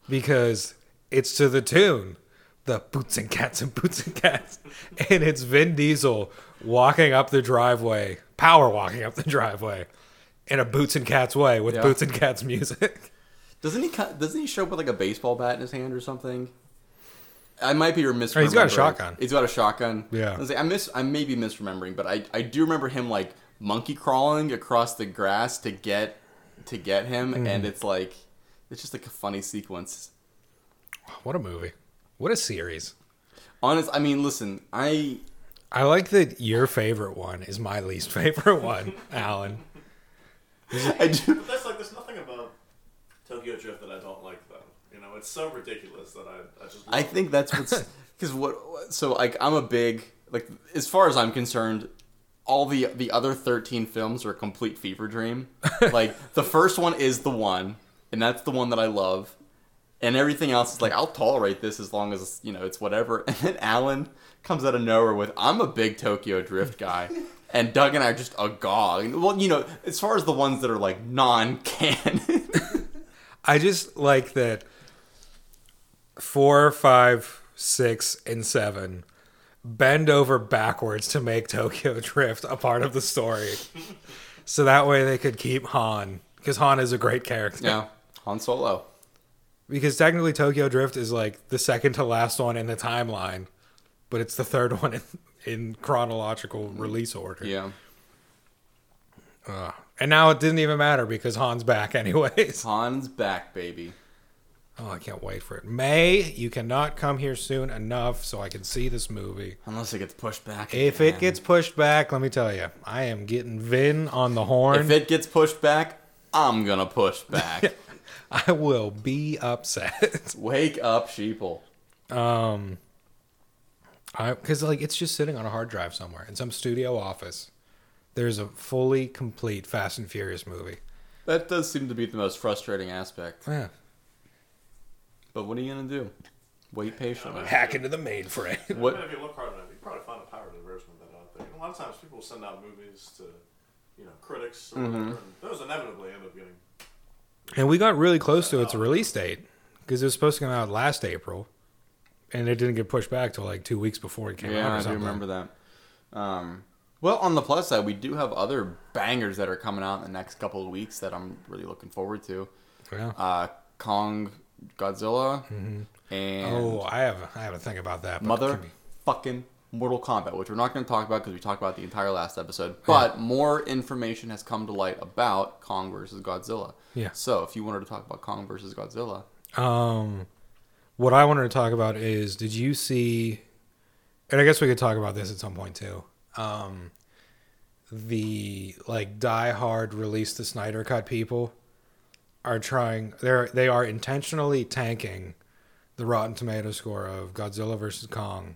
because it's to the tune. The boots and cats and boots and cats. And it's Vin Diesel walking up the driveway, power walking up the driveway in a boots and cats way with
Yeah.
boots and cats music.
Doesn't he? cut- Doesn't he show up with like a baseball bat in his hand or something? I might be misremembering.
Oh, he's got a shotgun.
He's got a shotgun.
Yeah.
I, was like, I miss. I may be misremembering, but I, I do remember him like monkey crawling across the grass to get to get him,
Hmm.
and it's like it's just like a funny sequence.
What a movie. What a series.
Honest. I mean, listen. I
I like that your favorite one is my least favorite one, Alan.
I do.
But that's like, there's nothing about Tokyo Drift that I don't like, though. You know, it's so ridiculous that I, I just.
I think that's what's because what. So like I'm a big like as far as I'm concerned. All the the other thirteen films are a complete fever dream. Like the first one is the one, and that's the one that I love. And everything else is like I'll tolerate this as long as you know it's whatever. And then Alan comes out of nowhere with I'm a big Tokyo Drift guy, and Doug and I are just agog. And, well, you know, as far as the ones that are like non-canon,
I just like that four, five, six, and seven bend over backwards to make Tokyo Drift a part of the story. so that way they could keep Han, because Han is a great character.
yeah, Han Solo.
Because technically Tokyo Drift is like the second to last one in the timeline, but it's the third one in, in chronological release order.
Yeah.
And now it didn't even matter because Han's back anyways.
Han's back, baby.
Oh, I can't wait for it. May, you cannot come here soon enough so I can see this movie.
Unless it gets pushed back.
If
again.
it gets pushed back, let me tell you, I am getting Vin on the horn.
if it gets pushed back, I'm gonna push back.
I will be upset.
Wake up, sheeple.
I cuz like it's just sitting on a hard drive somewhere in some studio office. There's a fully complete Fast and Furious movie.
That does seem to be the most frustrating aspect.
Yeah.
But what are you gonna do? Wait patiently.
Hack into the mainframe.
But
What?
if you look hard enough, you can probably find a pirated version of that out there. And a lot of times people send out movies to, you know, critics or
Mm-hmm.
whatever, and those inevitably end up getting.
And we got really close to its release date cuz it was supposed to come out last April and it didn't get pushed back till like 2 weeks before it came out
Yeah,
or
I do
something.
remember that. Um, well, on the plus side, we do have other bangers that are coming out in the next couple of weeks that I'm really looking forward to.
Yeah.
Uh, Kong, Godzilla, and
Oh, I have I have a thing about that. but it
Mother
can be-
fucking Mortal Kombat, which we're not going to talk about because we talked about it the entire last episode. But more information has come to light about Kong versus Godzilla.
Yeah.
So if you wanted to talk about Kong versus Godzilla,
Um, what I wanted to talk about is, did you see? And I guess we could talk about this at some point too. Um, the like Die Hard release the Snyder Cut people are trying. They're they are intentionally tanking the Rotten Tomato score of Godzilla versus Kong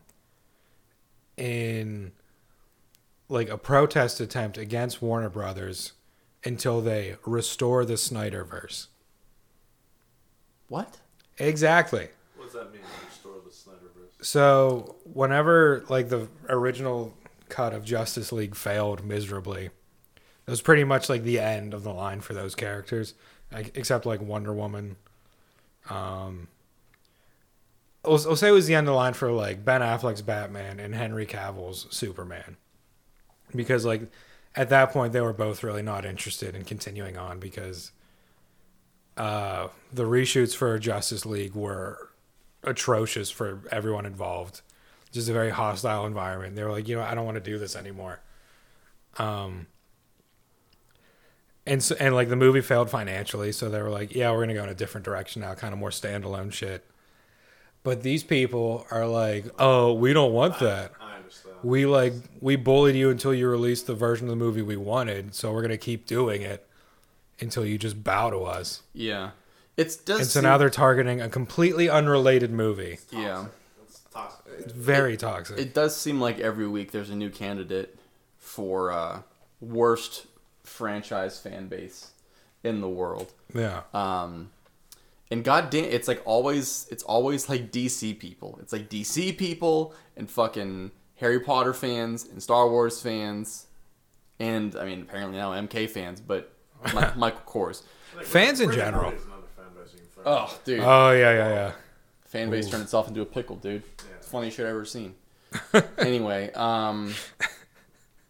in like a protest attempt against Warner Brothers until they restore the Snyderverse.
what?
Exactly.
What does that mean? Restore the Snyderverse.
So whenever like the original cut of Justice League failed miserably, it was pretty much like the end of the line for those characters, like, except like Wonder Woman. Um, I'll, I'll say it was the end of the line for like Ben Affleck's Batman and Henry Cavill's Superman, because like at that point they were both really not interested in continuing on because uh, the reshoots for Justice League were atrocious for everyone involved. Just a very hostile environment. They were like, you know, I don't want to do this anymore. Um, and so, and like the movie failed financially, so they were like, yeah, we're gonna go in a different direction now, kind of more standalone shit. But these people are like, oh, we don't want that.
I understand.
We like we bullied you until you released the version of the movie we wanted, so we're gonna keep doing it until you just bow to us.
Yeah. It's does
And so
seem-
now they're targeting a completely unrelated movie.
yeah.
That's toxic.
Very toxic.
It does seem like every week there's a new candidate for uh, worst franchise fan base in the world.
yeah.
Um, and goddamn, it's like always, it's always like DC people. It's like DC people and fucking Harry Potter fans and Star Wars fans, and I mean apparently now MK fans, but Mi- Michael Kors.
Fans in
Rick and
general.
Morty's another fan base you can find.
Oh, dude,
Oh yeah, yeah, yeah.
fan base turned itself into a pickle, dude. Funniest shit I've ever seen. anyway, um,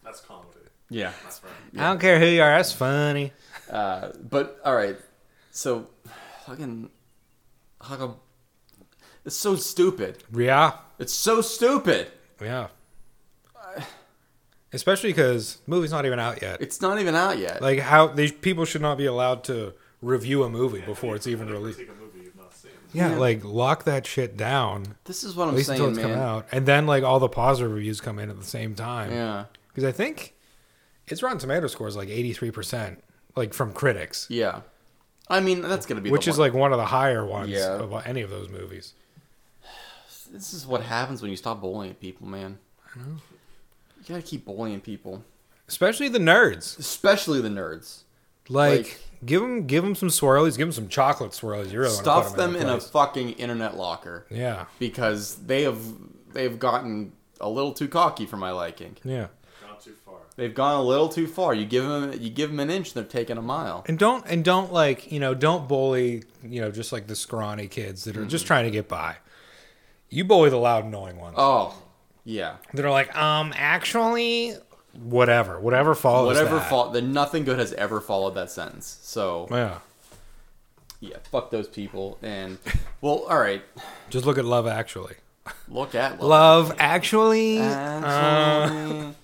That's comedy.
yeah.
That's right.
I don't care who you are. That's funny.
Uh, but all right, so fucking how come- It's so stupid.
Yeah,
It's so stupid.
yeah. Especially because movie's not even out yet.
It's not even out yet.
Like how these people should not be allowed to review a movie before it's even
Like,
released.
critique a movie you've not seen.
Yeah, like lock that shit down
this is what
at
I'm
least until
saying,
it's come
man.
out, and then like all the positive reviews come in at the same time.
Yeah,
because I think its Rotten Tomato score is like eighty three percent, like from critics,
yeah. I mean, that's gonna be
which
the
is
one-
like one of the higher ones
Yeah.
of any of those movies.
this is what happens when you stop bullying people, man. I know. You gotta keep bullying people,
Especially the nerds,
especially the nerds.
like.
Like-
Give them, give them some swirlies. Give them some chocolate swirlies. You really wanna
Stuff
put
them in a
place.
fucking internet locker
yeah,
because they have they've gotten a little too cocky for my liking.
yeah.
Not too far.
They've gone a little too far. You give them you give them an inch, they're taking a mile.
And don't and don't like you know don't bully you know just like the scrawny kids that are just trying to get by. You bully the loud, annoying ones.
Mm-hmm. Oh, yeah.
that are like, um, actually, whatever, whatever follows.
Whatever
that.
fault, then nothing good has ever followed that sentence. So
Yeah,
yeah, fuck those people. And well, all right,
just look at Love Actually.
look at love.
Love Actually. Uh,
Actually,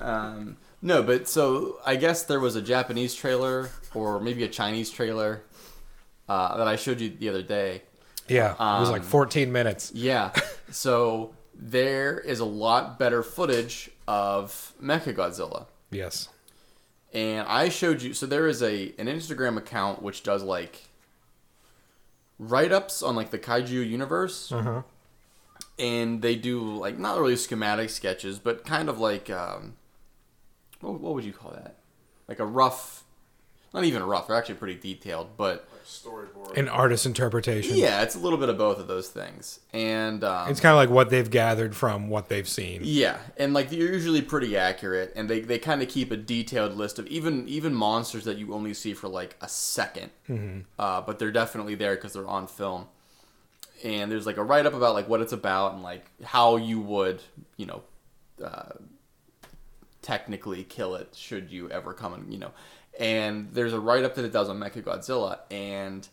um, no, but so I guess there was a Japanese trailer or maybe a Chinese trailer uh, that I showed you the other day.
yeah, it
Um,
was like 14 minutes.
Yeah. So there is a lot better footage of Mechagodzilla.
Yes.
and I showed you. So there is a an Instagram account which does like write ups on like the kaiju universe, and they do like not really schematic sketches, but kind of like um, what, what would you call that? Like a rough, not even rough. They're actually pretty detailed, but
Like storyboard.
An artist interpretation.
yeah, it's a little bit of both of those things. And um,
It's kind of like what they've gathered from what they've seen.
Yeah, and like they're usually pretty accurate, and they, they kind of keep a detailed list of even even monsters that you only see for like a 2nd uh, but they're definitely there because they're on film. And there's like a write up about like what it's about and like how you would you know uh, technically kill it should you ever come and you know. And there's a write up that it does on Mechagodzilla, and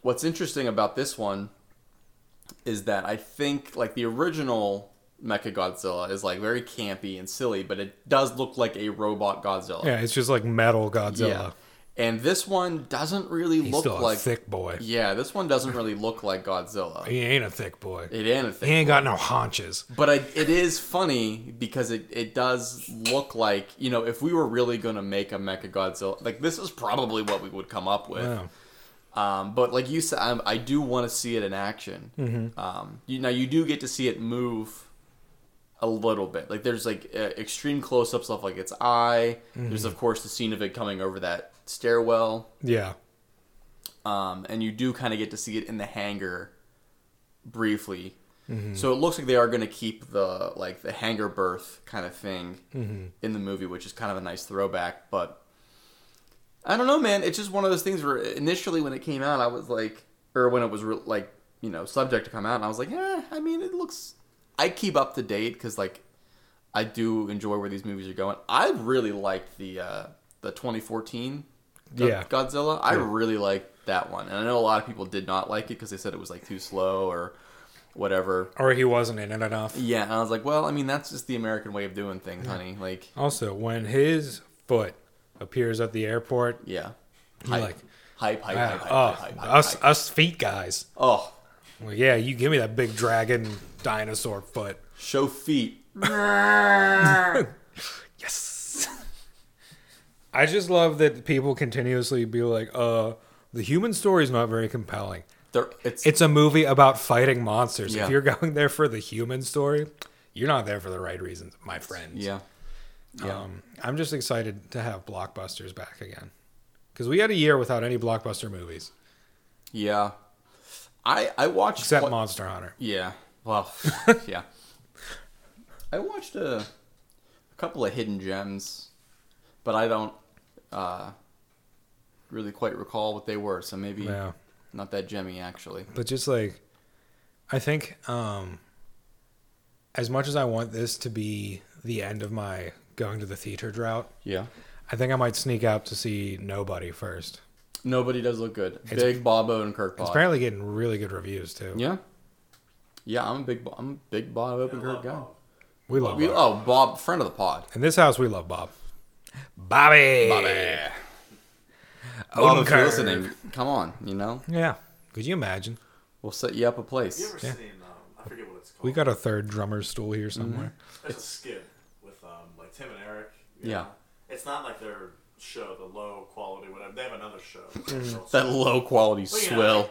what's interesting about this one is that I think like the original Mecha Godzilla is like very campy and silly, but it does look like a robot Godzilla.
Yeah, it's just like metal Godzilla.
And this one doesn't really
He's
look
still
like
a thick boy.
Yeah, this one doesn't really look like Godzilla.
He ain't a thick boy.
It ain't a
He
thing.
ain't got no haunches.
But I, it is funny because it, it does look like, you know, if we were really going to make a Mecha Godzilla, like this is probably what we would come up with.
Yeah.
Um, but like you said, i I do want to see it in action. Um, you, now you do get to see it move a little bit. Like there's like uh, extreme close-ups of like its eye. There's of course the scene of it coming over that stairwell,
Yeah.
um, and you do kind of get to see it in the hangar briefly. So it looks like they are going to keep the like the hangar birth kind of thing in the movie, which is kind of a nice throwback. But I don't know, man. It's just one of those things where initially when it came out, I was like, or when it was re- like you know subject to come out, and I was like, eh. I mean, it looks. I keep up to date because like I do enjoy where these movies are going. I really liked the uh, the 2014 Go-
Yeah.
Godzilla. I really liked that one, and I know a lot of people did not like it because they said it was like too slow or whatever.
Or he wasn't in it enough.
Yeah, and I was like, well, I mean, that's just the American way of doing things, honey. Like,
Also, when his foot appears at the airport,
yeah,
you're like,
hype, hype,
"Ah,
hype, hype,
oh,
hype, hype, hype,
us,
hype.
us feet guys.
oh,
Well, yeah, you give me that big dragon dinosaur foot.
show feet.
Yes. I just love that people continuously be like, uh, the human story is not very compelling.
There, it's,
It's a movie about fighting monsters.
Yeah.
If you're going there for the human story, you're not there for the right reasons, my friend.
yeah,
Um, I'm just excited to have blockbusters back again. Because we had a year without any blockbuster movies.
yeah. I I watched
Except
quite-
Monster Hunter.
Yeah. Well, yeah. I watched a, a couple of hidden gems, but I don't uh, really quite recall what they were. So maybe
Yeah.
not that gemmy actually.
but just like i think um as much as i want this to be the end of my going to the theater drought
Yeah.
i think i might sneak out to see nobody first
Nobody does look good. big Bobo and Kirk
it's
Bob.
apparently getting really good reviews too
Yeah. Yeah, I'm a big Bo- I'm a big Bob Open Kirk guy.
we love
We,
bob
oh, Bob, friend of the pod.
in this house we love bob bobby
Bobby. Bob, if
Odenkirk.
you're listening, come on, you know?
yeah could you imagine
We'll set you up a
You
place.
ever seen? Um, I forget what it's called.
we got a third drummer's stool here somewhere
It's a skit with um, like Tim and Eric. you
Yeah.
know? It's not like their show, the low quality, whatever. They have another show.
Mm-hmm. That low quality
Well, you know,
swill.
like-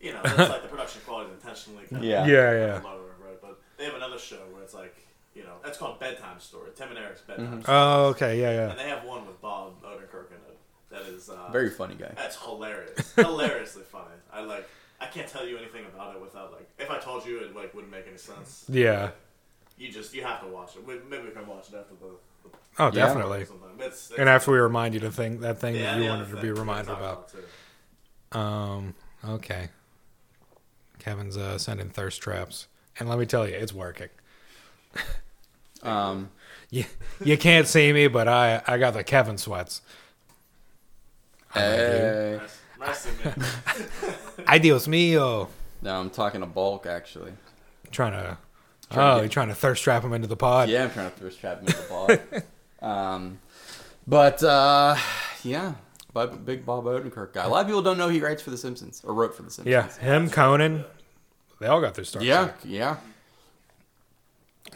you know, that's like the production quality is intentionally kind
Yeah.
of
Yeah,
kinda
yeah.
lower, right? But they have another show where it's like, you know, that's called Bedtime Story. Tim and Eric's Bedtime Story.
oh okay yeah yeah
And they have one with Bob Odenkirk in it. That is uh,
Very funny guy.
That's hilarious. Hilariously funny. I like. I can't tell you anything about it without like. If I told you, it like wouldn't make any sense.
yeah
You just you have to watch it. We- Maybe we can watch it after the. the
oh definitely
sometime. It's, it's,
and after we remind you to think that thing
yeah,
that you
the
wanted
other
to be
thing we
reminded
talked
about
too.
Um. Okay. Kevin's uh, sending thirst traps, and let me tell you, it's working.
Um,
You, you can't see me, but I I got the Kevin sweats.
hey.
Nice- nice to meet you.
Adios mio.
No, I'm talking to bulk actually.
Trying to.
Trying
oh,
to get-
you're trying to thirst trap him into the pod.
Yeah, I'm trying to thirst trap him into the ball. um, but uh, yeah, Bob, big Bob Odenkirk guy. A lot of people don't know he writes for The Simpsons or wrote for The Simpsons.
Yeah. Him, Conan. They all got their start.
Yeah, yeah.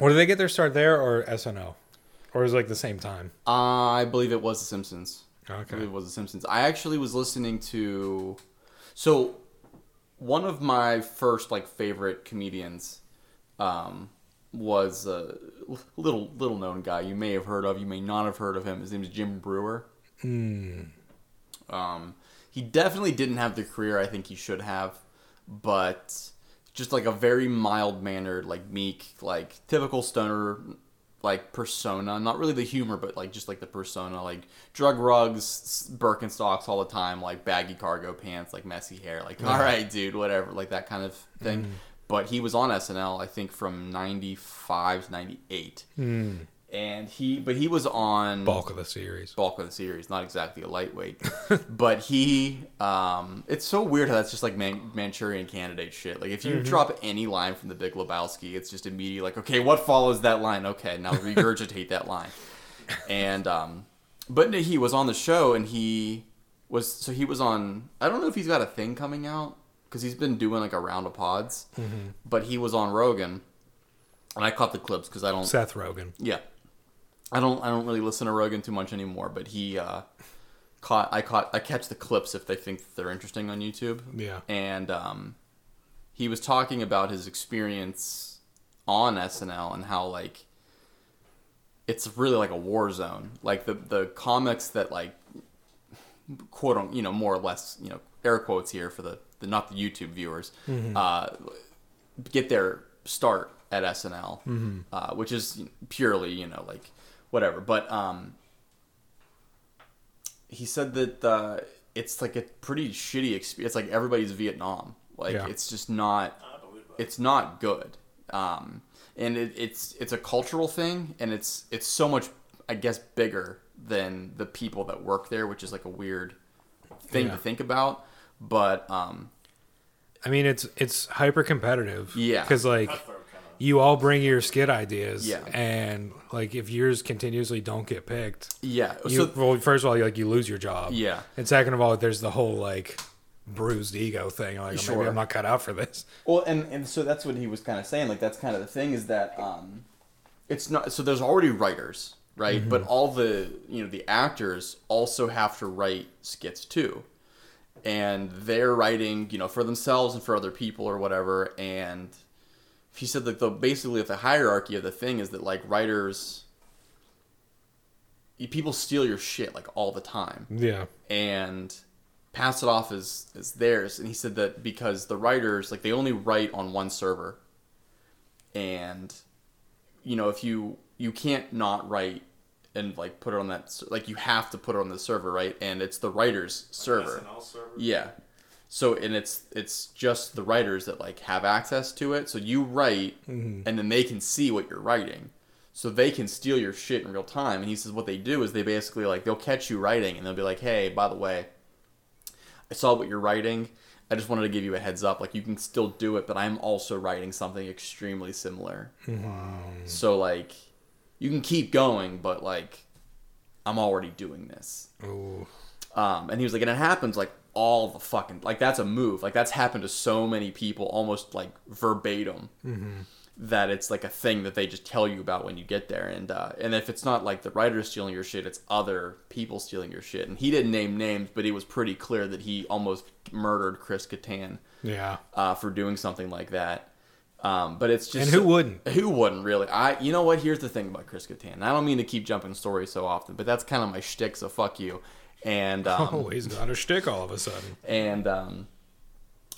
Or did they get their start there or SNL? Or is it like the same time?
Uh, I believe it was The Simpsons. I
Okay.
believe it was The Simpsons. I actually was listening to, so one of my first like favorite comedians, um, was a little little known guy you may have heard of, you may not have heard of him. His name's Jim Brewer. Um, he definitely didn't have the career I think he should have, but just like a very mild mannered, like meek, like typical stoner, like persona. Not really the humor, but like just like the persona, like drug rugs, s- Birkenstocks all the time, like baggy cargo pants, like messy hair, like all right, dude, whatever, like that kind of thing. But he was on SNL, I think, from '95 to '98, and he, but he was on
Bulk of the series.
bulk of the series, not exactly a lightweight. but he, um, it's so weird how that's just like Man- Manchurian Candidate shit. Like if you drop any line from The Big Lebowski, it's just immediately like, okay, what follows that line? Okay, now regurgitate that line. And um, but he was on the show, and he was so he was on. I don't know if he's got a thing coming out because he's been doing like a round of pods, but he was on Rogan. And I caught the clips because I don't.
Seth Rogen.
Yeah, I don't I don't really listen to Rogan too much anymore, but he uh, caught I caught I catch the clips if they think that they're interesting on YouTube.
Yeah.
and um, he was talking about his experience on SNL and how like it's really like a war zone. Like the the comics that like quote on you know more or less you know air quotes here for the, the not the YouTube viewers uh, get their start at SNL, uh, which is purely you know like whatever. But um, he said that uh, it's like a pretty shitty experience. It's like everybody's Vietnam. Like
Yeah.
it's just not it's not good. Um, and it, it's it's a cultural thing, and it's it's so much I guess bigger than the people that work there, which is like a weird thing
Yeah.
to think about. But um,
I mean, it's it's hyper competitive.
Yeah.
Because like, you all bring your skit ideas.
Yeah.
And like, if yours continuously don't get picked,
yeah,
you
Oh, so
well, first of all, you, like you lose your job.
Yeah.
And second of all, there's the whole like bruised ego thing. Like, oh,
Sure.
maybe I'm not cut out for this.
well, and and so that's what he was kind of saying. Like that's kind of the thing is that um, Mm-hmm. it's not so there's already writers right but all the you know the actors also have to write skits too and they're writing you know for themselves and for other people or whatever and he said that the basically that the hierarchy of the thing is that like writers you- people steal your shit like all the time
Yeah.
and pass it off as as theirs. And he said that because the writers like they only write on one server, and you know if you you can't not write and like put it on that s- like you have to put it on the server right, and it's the writers server.
SNL server.
Yeah. So and it's it's just the writers that like have access to it. So you write and then they can see what you're writing. So they can steal your shit in real time. And he says what they do is they basically like they'll catch you writing and they'll be like, "Hey, by the way, I saw what you're writing. I just wanted to give you a heads up. Like you can still do it, but I'm also writing something extremely similar. So like you can keep going, but like I'm already doing this."
Ooh.
Um, and he was like, and it happens like all the fucking like that's a move like that's happened to so many people almost like verbatim
Mm-hmm.
that it's like a thing that they just tell you about when you get there and uh, and if it's not like the writer stealing your shit it's other people stealing your shit and he didn't name names but it was pretty clear that he almost murdered Chris Kattan
Yeah.
uh, for doing something like that. Um, but it's just
And who wouldn't?
Who wouldn't really? I you know what? Here's the thing about Chris Kattan. And I don't mean to keep jumping stories so often, but that's kind of my shtick. So fuck you. And um,
Oh, he's got a shtick all of a sudden.
and um,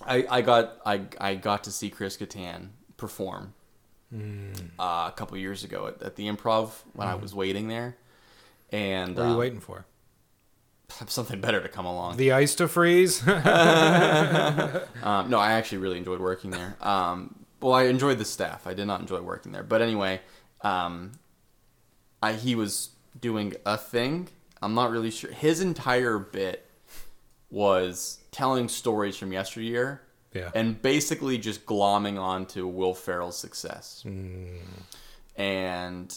I I got I I got to see Chris Kattan perform
Mm.
uh, a couple years ago at, at the Improv when I was waiting there, and
What are Mm. you
um,
waiting for?
something better to come along.
The ice to freeze?
Um, no, I actually really enjoyed working there. Um, well, I enjoyed the staff. I did not enjoy working there. But anyway, um, I, he was doing a thing. I'm not really sure. His entire bit was telling stories from yesteryear
Yeah.
and basically just glomming onto Will Ferrell's success. And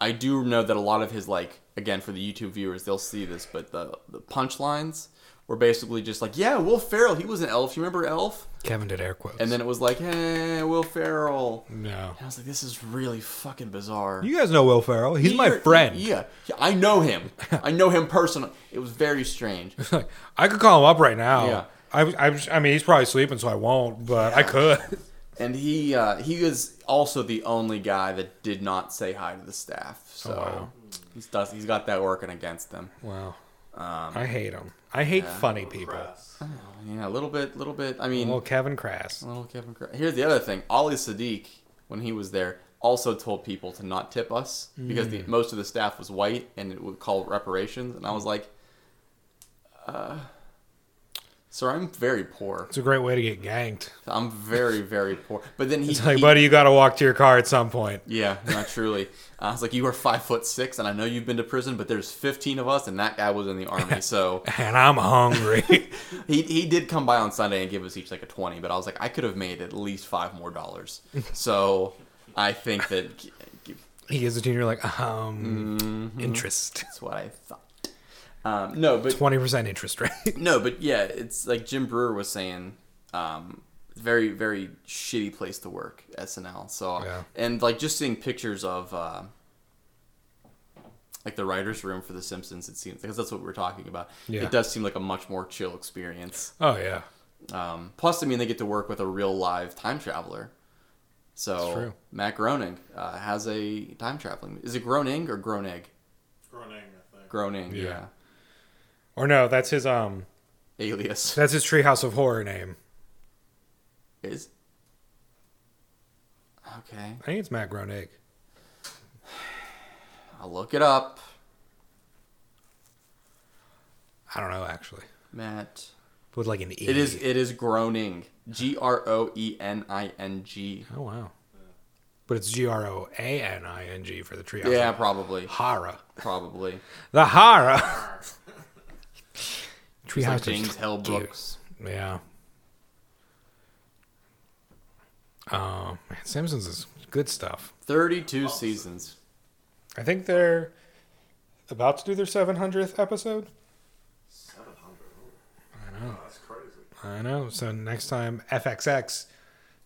I do know that a lot of his like again for the YouTube viewers they'll see this, but the the punchlines were basically just like, yeah, Will Ferrell, he was an elf. You remember Elf?
Kevin did air quotes.
And then it was like, hey, Will Ferrell. And
no.
I was like, this is really fucking bizarre.
You guys know Will Ferrell. He's my
You're-
friend.
Yeah, yeah, I know him. I know him personally. It was very strange.
Like, I could call him up right now.
Yeah.
I, I, I mean, he's probably sleeping, so I won't, but I could.
And he uh, he is also the only guy that did not say hi to the staff. So
Oh, wow.
he's does he's got that working against him.
Wow.
Um,
I hate him. I hate funny people.
Press.
Yeah, a little bit, little bit. I mean,
Well, Kevin Crass.
Little Kevin Cra- Here's the other thing. Ali Sadiq, when he was there, also told people to not tip us because
Mm.
the, most of the staff was white and it would call reparations. And I was like, uh, sir, I'm very poor.
It's a great way to get ganked.
I'm very, very poor. But then he,
It's like,
he-
buddy, you got to walk to your car at some point.
yeah, not truly. I was like, you are five foot six, and I know you've been to prison, but there's 15 of us, and that guy was in the army. So
And I'm hungry.
he, he did come by on Sunday and give us each like a 20, but I was like, I could have made at least five more dollars. So I think that g- g-
he gives it to you, and you're like, um,
Mm-hmm.
interest.
that's what I thought. Um, no, but
20% interest rate.
no, but yeah, it's like Jim Brewer was saying, um, very very shitty place to work, SNL. So
Yeah.
and like just seeing pictures of uh, like the writers' room for The Simpsons, it seems because that's what we're talking about.
Yeah.
It does seem like a much more chill experience.
oh, yeah.
Um, plus, I mean, they get to work with a real live time traveler.
That's
So
true.
Matt Groening uh, has a time traveling. Is it Groening or Groenig?
Groening, I think.
Groening, yeah.
Yeah. Or no, that's his, um,
Alias
that's his Treehouse of Horror name.
is. Okay,
I think it's Matt Groenig.
I'll look it up.
I don't know, actually.
Matt.
With like an E.
It is. It is Groening. G R O E N I N G.
Oh, wow. But it's G R O A N I N G for the Treehouse.
Yeah,
of
probably.
Horror.
Probably.
The horror.
Like
Treehouse of
James Hell Brooks.
Yeah. Oh man, Simpsons is good stuff.
Thirty-two seasons.
I think they're about to do their 700th episode.
700. I know. that's crazy.
I know. So next time FXX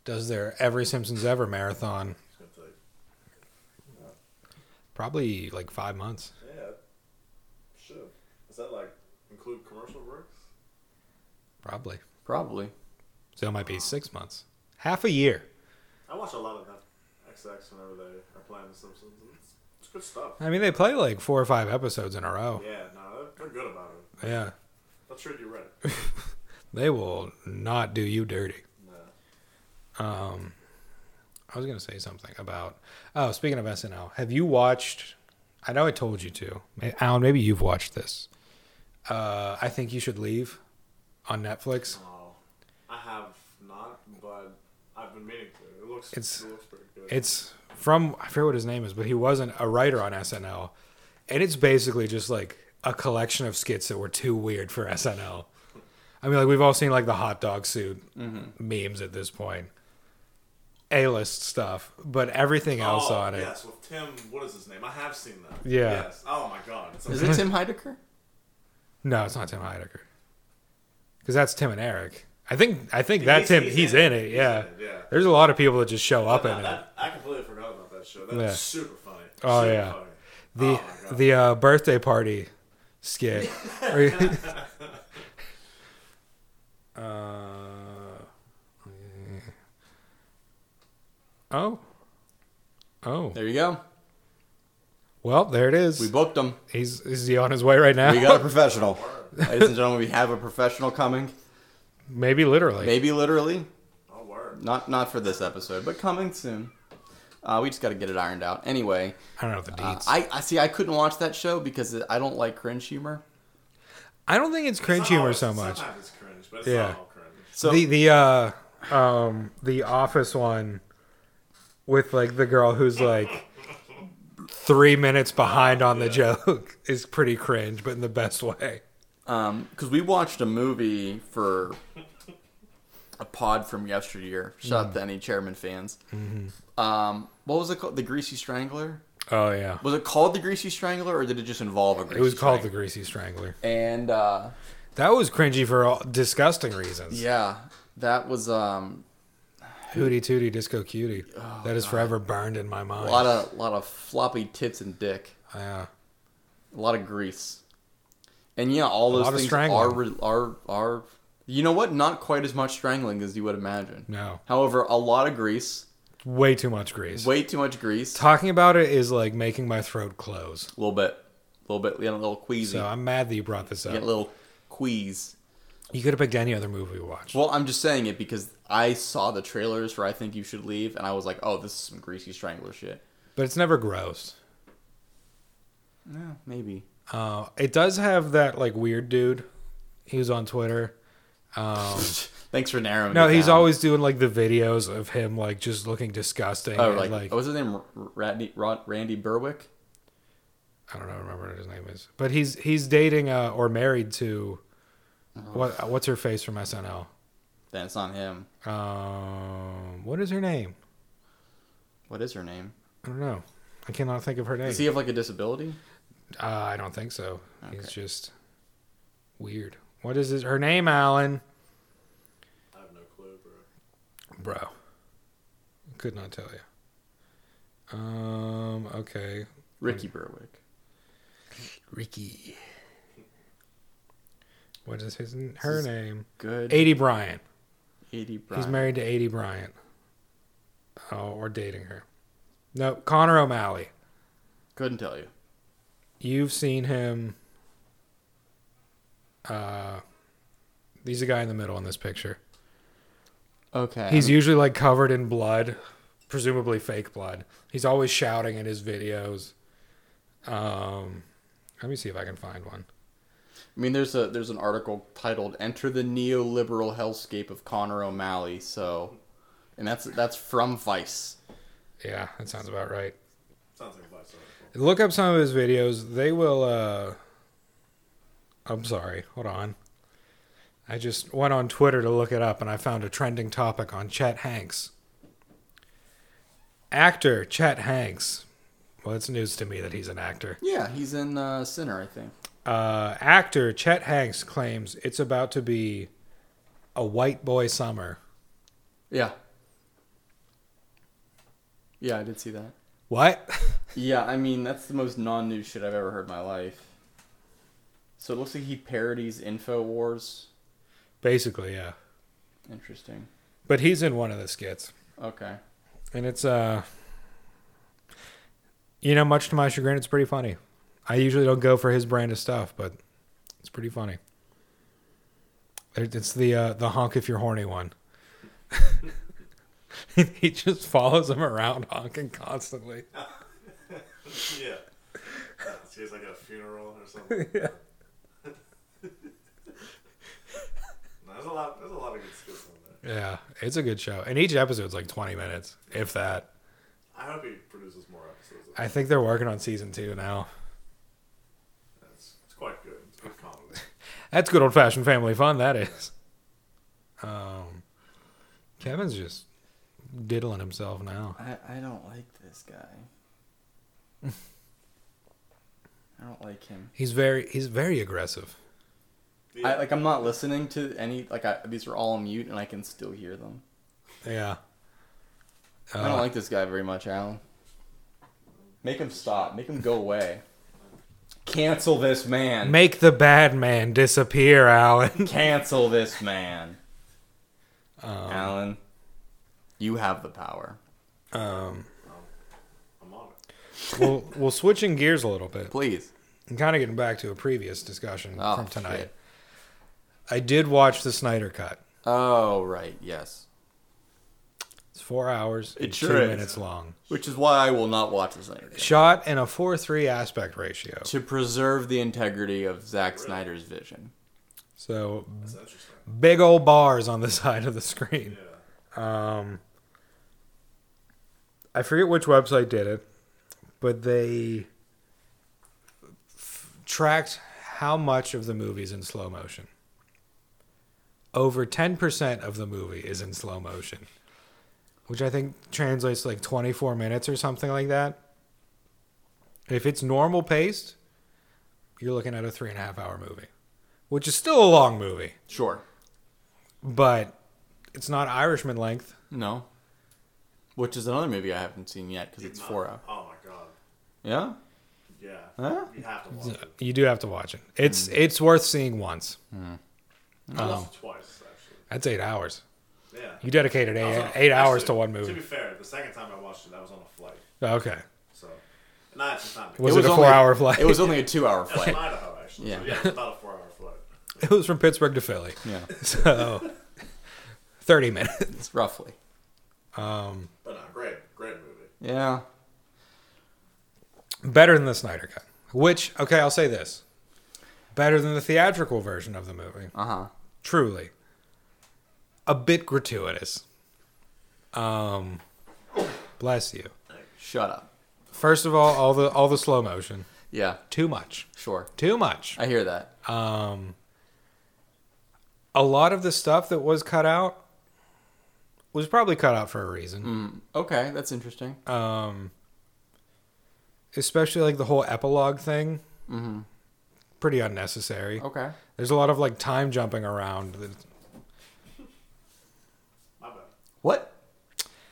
does their Every Simpsons Ever marathon,
It's going to take,
probably like five months.
yeah, should. Does that like include commercial breaks?
Probably.
Probably.
So it might be six months. Half a year.
I watch a lot of that XX whenever they are playing The Simpsons. It's, it's good stuff.
I mean, they play like four or five episodes in a row.
Yeah, no, they're, they're good about it.
Yeah.
Let's read you right.
They will not do you dirty.
No.
I was gonna say something about. Oh, speaking of SNL, have you watched? I know I told you to, May- Alan. Maybe you've watched this. Uh, I think you should leave on Netflix.
Oh, I have not, but I've been meaning to. It looks.
It's-
it looks pretty good.
It's from I forget what his name is, but he wasn't a writer on SNL, and it's basically just like a collection of skits that were too weird for SNL. I mean, like we've all seen like the hot dog suit
Mm-hmm.
memes at this point, A list stuff, but everything else
oh,
on it.
Yes, with Tim. What is his name? I have seen that.
Yeah.
Yes. Oh my God. It's
Is it Tim Heidecker?
No, it's not Tim Heidecker. Because that's Tim and Eric. I think I think that's him. He's, in, it. Yeah.
He's in it, yeah.
There's a lot of people that just show up
Nah,
in it.
that, I completely forgot about that show. That's
Yeah.
super funny.
Oh,
super
yeah.
Funny.
The
oh, my God.
the uh, birthday party skit. Are you- uh, oh. Oh.
There you go.
Well, there it is.
We booked him.
he's is he on his way right now?
We got a professional. Ladies and gentlemen, we have a professional coming.
Maybe literally.
Maybe literally.
oh word.
Not not for this episode, but coming soon. Uh, we just got to get it ironed out. Anyway,
I don't know the
uh,
deets. I,
I, I see. I couldn't watch that show because I don't like cringe humor.
don't think it's
It's
cringe
not
humor
always-
so much.
Oh, Sometimes it's cringe, but it's
Yeah.
not all cringe.
So
the the uh um the office one with like the girl who's like three minutes behind on the joke is pretty cringe, but in the best way.
because we watched a movie for a pod from yesteryear. Shout
Mm.
out to any Chairman fans.
Mm-hmm.
Um, what was it called? The Greasy Strangler?
Oh yeah.
Was it called the Greasy Strangler, or did it just involve a Greasy?
It was called the Greasy Strangler.
The- and uh,
That was cringy for all disgusting reasons.
yeah, that was um,
Hootie tootie disco cutie. that is forever burned in my mind.
Oh, a lot of lot of floppy tits and dick,
yeah.
a lot of grease, and yeah, all those
lot of
things are
strangling.
re- are are. You know what? Not quite as much strangling as you would imagine.
No.
However, a lot of grease,
Way too much grease.
way too much grease.
Talking about it is like making my throat close.
A little bit. A little bit. You know, a little queasy.
So I'm mad that you brought this
Get
up.
a little queasy.
You could have picked any other movie we watched.
Well, I'm just saying it because I saw the trailers for I Think You Should Leave, and I was like, oh, this is some greasy strangler shit.
But it's never gross.
Yeah, maybe.
Uh, it does have that like weird dude. He was on Twitter. Um,
Thanks for narrowing
no,
it
he's
down.
always doing like the videos of him like just looking disgusting.
Oh,
and,
like,
like,
what's his name? Randy, Rod, Randy Berwick?
I don't know, remember what his name is, but he's he's dating uh, or married to
Oh.
what uh, what's her face from SNL?
Then it's not him.
Um, what is her name?
What is her name?
I don't know. I cannot think of her name.
Does he have like a disability?
uh, I don't think so. He's just weird. What is his, her name? Alan,
I have no clue, bro.
bro. Could not tell you. Um. Okay.
Ricky Berwick.
Ricky. What is his her name?
Good.
Eighty Bryant.
80
He's
Bryant.
married to Eighty Bryant. Oh, or dating her. No, Connor O'Malley.
Couldn't tell you.
You've seen him. Uh, he's a guy in the middle in this picture.
Okay.
He's usually like covered in blood, presumably fake blood. He's always shouting in his videos. Um, let me see if I can find one.
I mean, there's a there's an article titled "Enter the Neoliberal Hellscape of Connor O'Malley." So, and that's that's from Vice.
Yeah, that sounds about right.
Sounds like a vice article.
Look up some of his videos. They will uh I'm sorry. Hold on. I just went on Twitter to look it up and I found a trending topic on Chet Hanks. Actor Chet Hanks. Well, it's news to me that he's an actor.
Yeah, he's in uh, Sinner, I think.
Uh actor Chet Hanks claims it's about to be a white boy summer.
Yeah. Yeah, I did see that.
What?
Yeah, I mean that's the most non-news shit I've ever heard in my life. So it looks like he parodies Infowars.
Basically, yeah.
Interesting.
But he's in one of the skits.
Okay.
and it's uh you know much to my chagrin it's pretty funny i usually don't go for his brand of stuff but it's pretty funny There- It's the uh, the honk if you're horny one. he just follows him around honking constantly.
Yeah. See, it's like at a funeral or something.
Yeah.
No, there's a lot. There's a lot of good skits on there.
Yeah, it's a good show, and each episode's like 20 minutes, if that.
I hope he produces more episodes. Of that.
I think they're working on season two now.
It's, it's quite good. It's good comedy.
That's good old fashioned family fun. That is. Um, Kevin's just diddling himself now.
I, I don't like this guy. I don't like him.
He's very he's very aggressive.
Yeah.
I like I'm not listening to any like I, these are all on mute and I can still hear them.
Yeah.
I
Uh,
don't like this guy very much, Alan. Make him stop. Make him go away. Cancel this man.
Make the bad man disappear, Alan.
Cancel this man. Alan, you have the power.
Um,
I'm on it.
well, well, switching gears a little bit
Please.
and kind of getting back to a previous discussion
Oh,
from tonight.
shit.
I did watch the Snyder Cut.
Oh, right. Yes.
It's four hours.
It
and
sure
two
is.
minutes long.
Which is why I will not watch this later.
Shot in a four three aspect ratio.
To preserve the integrity of Zack Snyder's vision.
So
It's interesting.
big old bars on the side of the screen. Um,
Yeah.
I forget which website did it, but they f- tracked how much of the movie's in slow motion. Over 10% of the movie is in slow motion, which I think translates to like 24 minutes or something like that. If it's normal paced, you're looking at a three and a half hour movie, which is still a long movie,
Sure.
but it's not Irishman length.
No. Which is another movie I haven't seen yet because it's
Not-
four hours.
Oh my god.
Yeah?
Yeah.
Huh?
You have to watch it.
You do have to watch it.
Mm.
It's it's worth seeing once.
I watched it twice actually.
That's eight hours.
Yeah.
You dedicated
I was
eight,
on-
eight hours
Uh-huh. actually,
to one
To be
movie.
fair, the second time I watched it, I was on a flight.
Okay.
So, and I had some time. To
Was
it
it, a
only-
four-hour flight?
It was only a two-hour
was
flight.
from Idaho actually?
Yeah.
So, yeah. It's about a four-hour flight.
It was from Pittsburgh to Philly.
yeah,
So 30 minutes.
it's roughly.
But no, great, great movie.
Yeah.
Better than the Snyder Cut. Which, okay, I'll say this. Better than the theatrical version of the movie.
Uh huh.
Truly. A bit gratuitous. Um bless you.
Shut up.
First of all, all the all the slow motion.
Yeah.
Too much.
Sure.
Too much.
I hear that.
um, a lot of the stuff that was cut out was probably cut out for a reason.
Okay, that's interesting.
Um, especially like the whole epilogue thing. Mm-hmm. Oh. Pretty unnecessary.
Okay.
There's a lot of like time jumping around. that-
My bad.
What?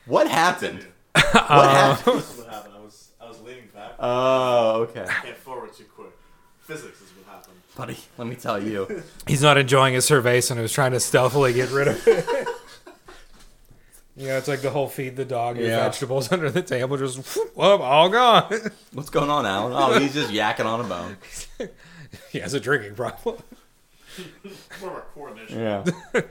What happened? What
Uh,
happened?
This is what happened. I was I was leaning back.
Oh, okay.
Can't forward too quick. Physics is what happened.
Buddy, let me tell you.
He's not enjoying his cerveza and was trying to stealthily get rid of it. Yeah, it's like the whole feed the dog your
Yeah.
vegetables under the table, just whoop, whoop, all gone.
What's going on, Alan? Oh, he's just yakking on a bone.
he has a drinking problem.
It's more of a coordination.
Yeah.
Which I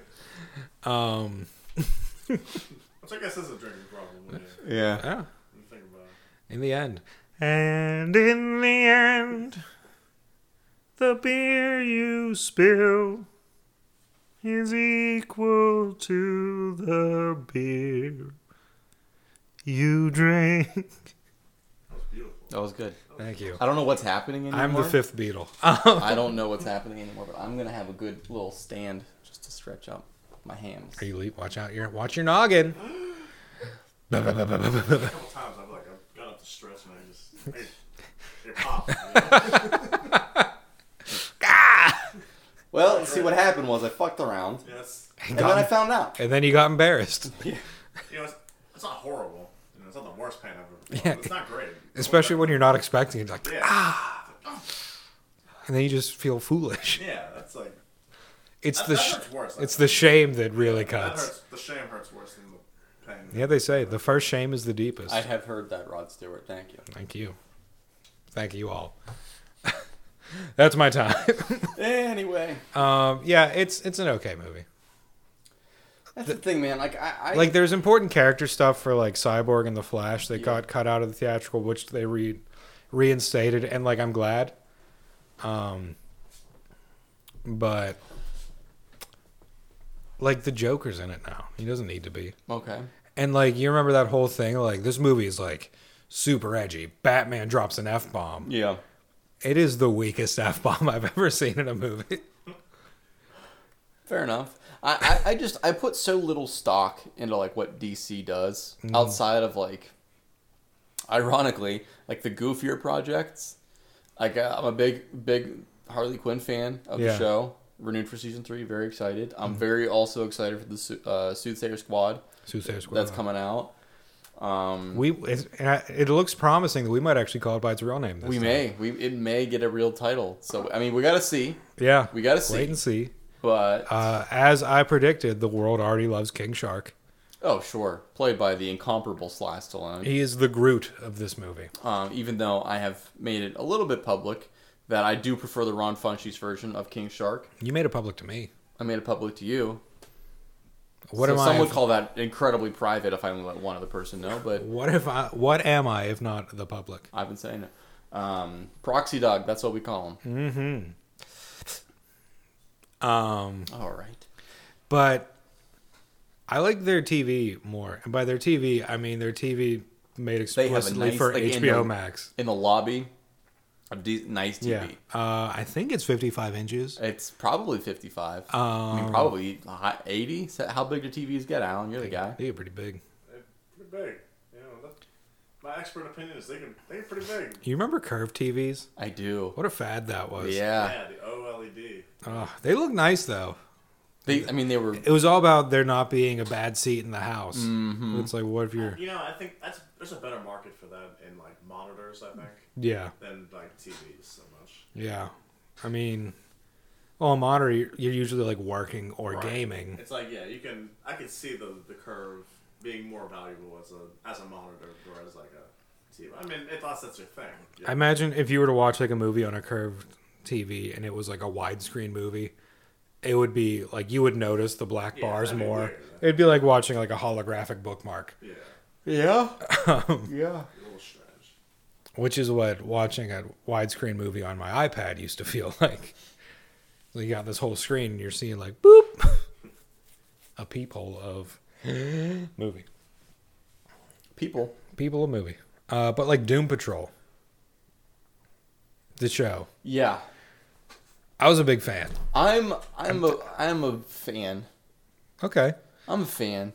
guess is a drinking problem when you, when
Yeah.
Yeah,
you think about it.
in the end.
And in the end, the beer you spill is equal to the beer you drink.
That was beautiful.
That was good.
Thank you.
I don't know what's happening anymore.
I'm the fifth Beatle.
Oh.
I don't know what's happening anymore, but I'm gonna have a good little stand just to stretch out my hams.
Are you leap? Watch out your watch your noggin.
A couple times I've like I got up to stretch and I just I, it popped. You know?
Well, see what happened was I fucked around,
yeah, it's,
and then I found out.
And then you got embarrassed,
you know, it's, it's not horrible. You know, it's not the worst pain I've ever.
Yeah.
Yeah. It's not great.
especially when you're not expecting it. Like, "Ah!"
Yeah.
and then you just feel foolish.
Yeah, that's like
It's
That-
the
that
sh-
hurts worse, I
it's
think.
the shame that really
that
cuts.
hurts. The shame hurts worse than the pain.
Yeah, they say the first shame is the deepest.
I have heard that, Rod Stewart. Thank you.
Thank you, thank you all. That's my time.
Anyway,
um, yeah, it's it's an okay movie.
that's the thing, man. Like I, I
Like there's important character stuff for like Cyborg and the Flash. They got cut out of the theatrical, which they re reinstated, and like I'm glad. Um, but like the Joker's in it now. He doesn't need to be.
okay.
And like you remember that whole thing, like this movie is like super edgy. Batman drops an f bomb.
Yeah.
It is the weakest f bomb I've ever seen in a movie.
Fair enough. I, I, I just I put so little stock into like what DC does
Mm.
outside of like, ironically, like the goofier projects. Like uh, I'm a big big Harley Quinn fan of
Yeah. Mm-hmm.
the show. Renewed for season three. Very excited. I'm very also excited for the Su- uh, Soothsayer Squad
Suicide Squad.
that's coming out. Um,
We it's, and I- it looks promising that we might actually call it by its real name. This
we
time.
may we it may get a real title. So I mean we gotta see,
Yeah.
We gotta see.
wait and see.
but
Uh, as I predicted, the world already loves King Shark.
oh sure, played by the incomparable Sly Stallone.
He is the Groot of this movie.
um, even though I have made it a little bit public that I do prefer the Ron Funches version of King Shark.
You made it public to me.
I made it public to you.
What
so
am
some
I?
would
If,
call that incredibly private if I only let one other person know, but
what if I? What am I if not the public?
I've been saying it. Um, proxy dog, that's what we call him.
Um.
All right.
but I like their TV more. And by their TV, I mean their TV made explicitly
nice,
for
like, in
HBO
the-
Max.
In the lobby, a de- nice TV.
Yeah, uh, I think it's 55 inches.
It's probably 55. I
Um.
mean, probably hi- 80. So How big do TVs get, Alan? You're the guy.
They're pretty big.
Pretty big. You know, that, my expert opinion is they can they're pretty big.
You remember curved TVs?
I do.
What a fad that was.
Yeah.
Yeah, the E OLED.
Ugh, they look nice though.
They, I mean, they were.
It was all about there not being a bad seat in the house.
Mm-hmm.
It's like, what if you're?
You know, I think that's there's a better market for that in like monitors, I think,
Yeah,
than like TVs so much.
yeah. I mean, well, a monitor you're you're usually like working or gaming.
It's like yeah, you can I can see the the curve being more valuable as a as a monitor or as like a TV. I mean, if that's that's your thing. Yeah.
I imagine if you were to watch like a movie on a curved TV and it was like a widescreen movie, it would be like you would notice the black
Yeah,
bars
that'd be
more.
weird.
It'd be like watching like a holographic bookmark,
yeah,
Yeah. yeah.
a little strange.
which is what watching a widescreen movie on my iPad used to feel like. So you got this whole screen and you're seeing like boop a peephole of movie.
People.
People of movie. Uh, but like Doom Patrol. The show.
Yeah.
I was a big fan.
I'm I'm a I'm a fan.
Okay.
I'm a fan.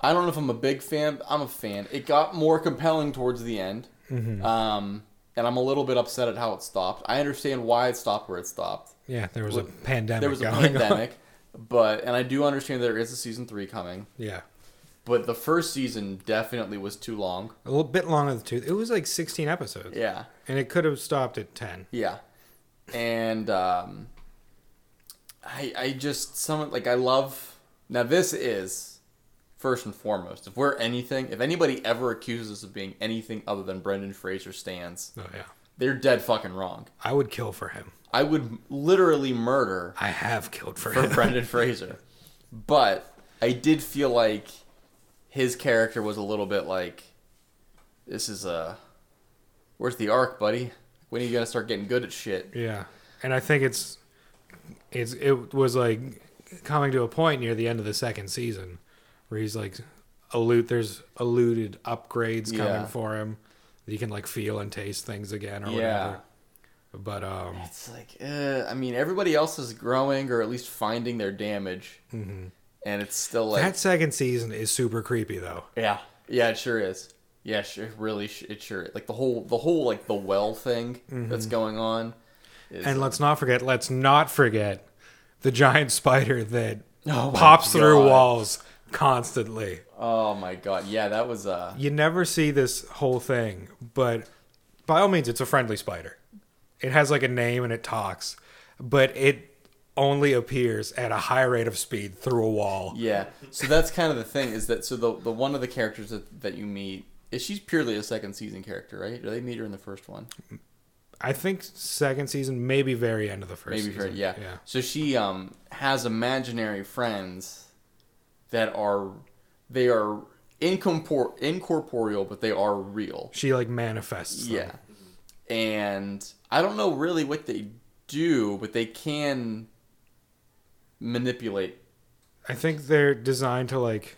I don't know if I'm a big fan. But I'm a fan. It got more compelling towards the end, um, and I'm a little bit upset at how it stopped. I understand why it stopped where it stopped.
Yeah, there was a pandemic.
There was a
going on.
pandemic, but and I do understand there is a season three coming.
Yeah,
But the first season definitely was too long.
a little bit long of the tooth. It was like 16 episodes.
Yeah,
and it could have stopped at 10.
yeah, and um, I I just some like I love now this is first and foremost if we're anything if anybody ever accuses us of being anything other than Brendan Fraser stands
Oh yeah,
they're dead fucking wrong.
I would kill for him.
I would literally murder
I have killed for,
for
him.
Brendan Fraser, but I did feel like his character was a little bit like this is a where's the arc, buddy? When are you gonna start getting good at shit?
Yeah, and I think it's it's it was like coming to a point near the end of the second season where he's like allude there's alluded upgrades
Yeah.
coming for him. You can like feel and taste things again or
Yeah.
whatever. But um
It's like, uh, I mean, everybody else is growing or at least finding their damage, and it's still like,
that second season is super creepy though.
yeah, yeah, it sure is. Yeah, sure, really, sh- it sure like the whole the whole like the well thing that's going on. Is,
And let's not forget, let's not forget the giant spider that
Oh my
pops through
God.
walls constantly.
oh my god, yeah, that was uh,
You never see this whole thing, but by all means, it's a friendly spider. It has like a name and it talks, but it only appears at a high rate of speed through a wall.
yeah. So that's kind of the thing is that so the the one of the characters that that you meet is she's purely a second season character, right? Do they meet her in the first one?
I think second season, maybe very end of the first.
Maybe
season.
for yeah.
yeah.
So she um has imaginary friends that are they are incompor- incorporeal, but they are real.
She like manifests. them.
Yeah. And I don't know really what they do, but they can manipulate.
I think they're designed to like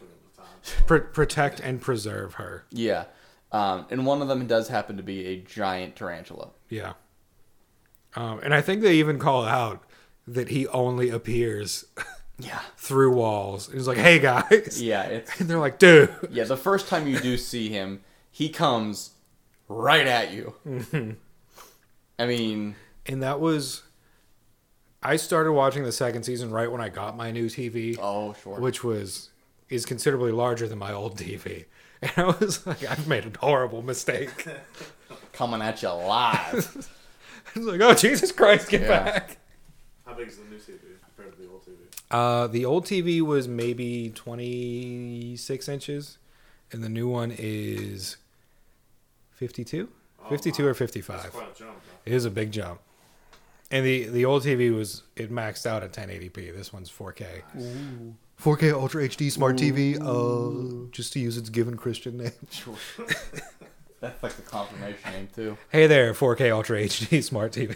pr- protect and preserve her.
Yeah. Um, and one of them does happen to be a giant tarantula.
Yeah. Um, and I think they even call out that he only appears
Yeah.
through walls. He's like, "Hey guys,"
Yeah, it's
and they're like, "Dude."
yeah, the first time you do see him, he comes right at you. I mean,
And that was, I started watching the second season right when I got my new TV.
oh sure.
which was is considerably larger than my old TV. And I was like, I've made a horrible mistake.
coming at you live.
I was like, oh Jesus Christ, get
Yeah.
back.
How big is the new TV compared to the old TV?
Uh, the old TV was maybe twenty six inches, and the new one is 52?
Oh,
52 or fifty
That's
five.
quite a jump. huh?
It is a big jump. And the the old TV was it maxed out at 1080p. This one's 4K. 4K Ultra HD Smart TV. Uh, just to use its given Christian name.
That's like the confirmation name too.
Hey there, 4K Ultra HD Smart TV.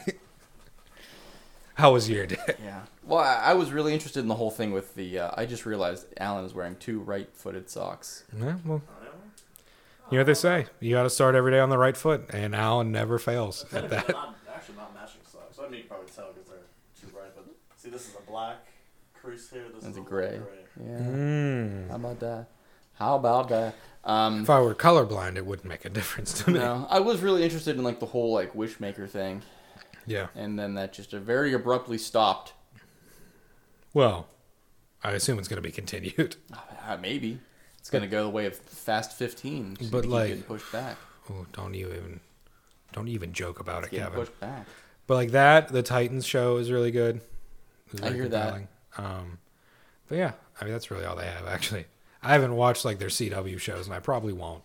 How was your day?
Yeah. Well, I, I was really interested in the whole thing with the. Uh, I just realized Alan is wearing two right-footed socks.
Yeah, well, you know what they say. You got to start every day on the right foot, and Alan never fails at that.
Not, actually, not matching socks. I mean, you can probably tell because they're too bright. But see, this is a black crease here. This
That's
is
a
light
gray. Yeah.
Mm-hmm.
How about that? How about that? Um,
Hmm. If I were colorblind, it wouldn't make a difference to me.
no, I was really interested in like the whole like wishmaker thing,
Yeah.
and then that just very abruptly stopped.
Well, I assume it's going to be continued.
Uh, maybe it's gonna go the way of Fast Fifteen. It's gonna
But,
keep
like,
getting pushed back,
Oh, don't you even, don't even joke about it,
getting
Kevin.
pushed back.
But like that, the Titans show is really good. It was
I hear that.
that. Um, but yeah, I mean that's really all they have actually. I haven't watched like their CW shows, and I probably won't.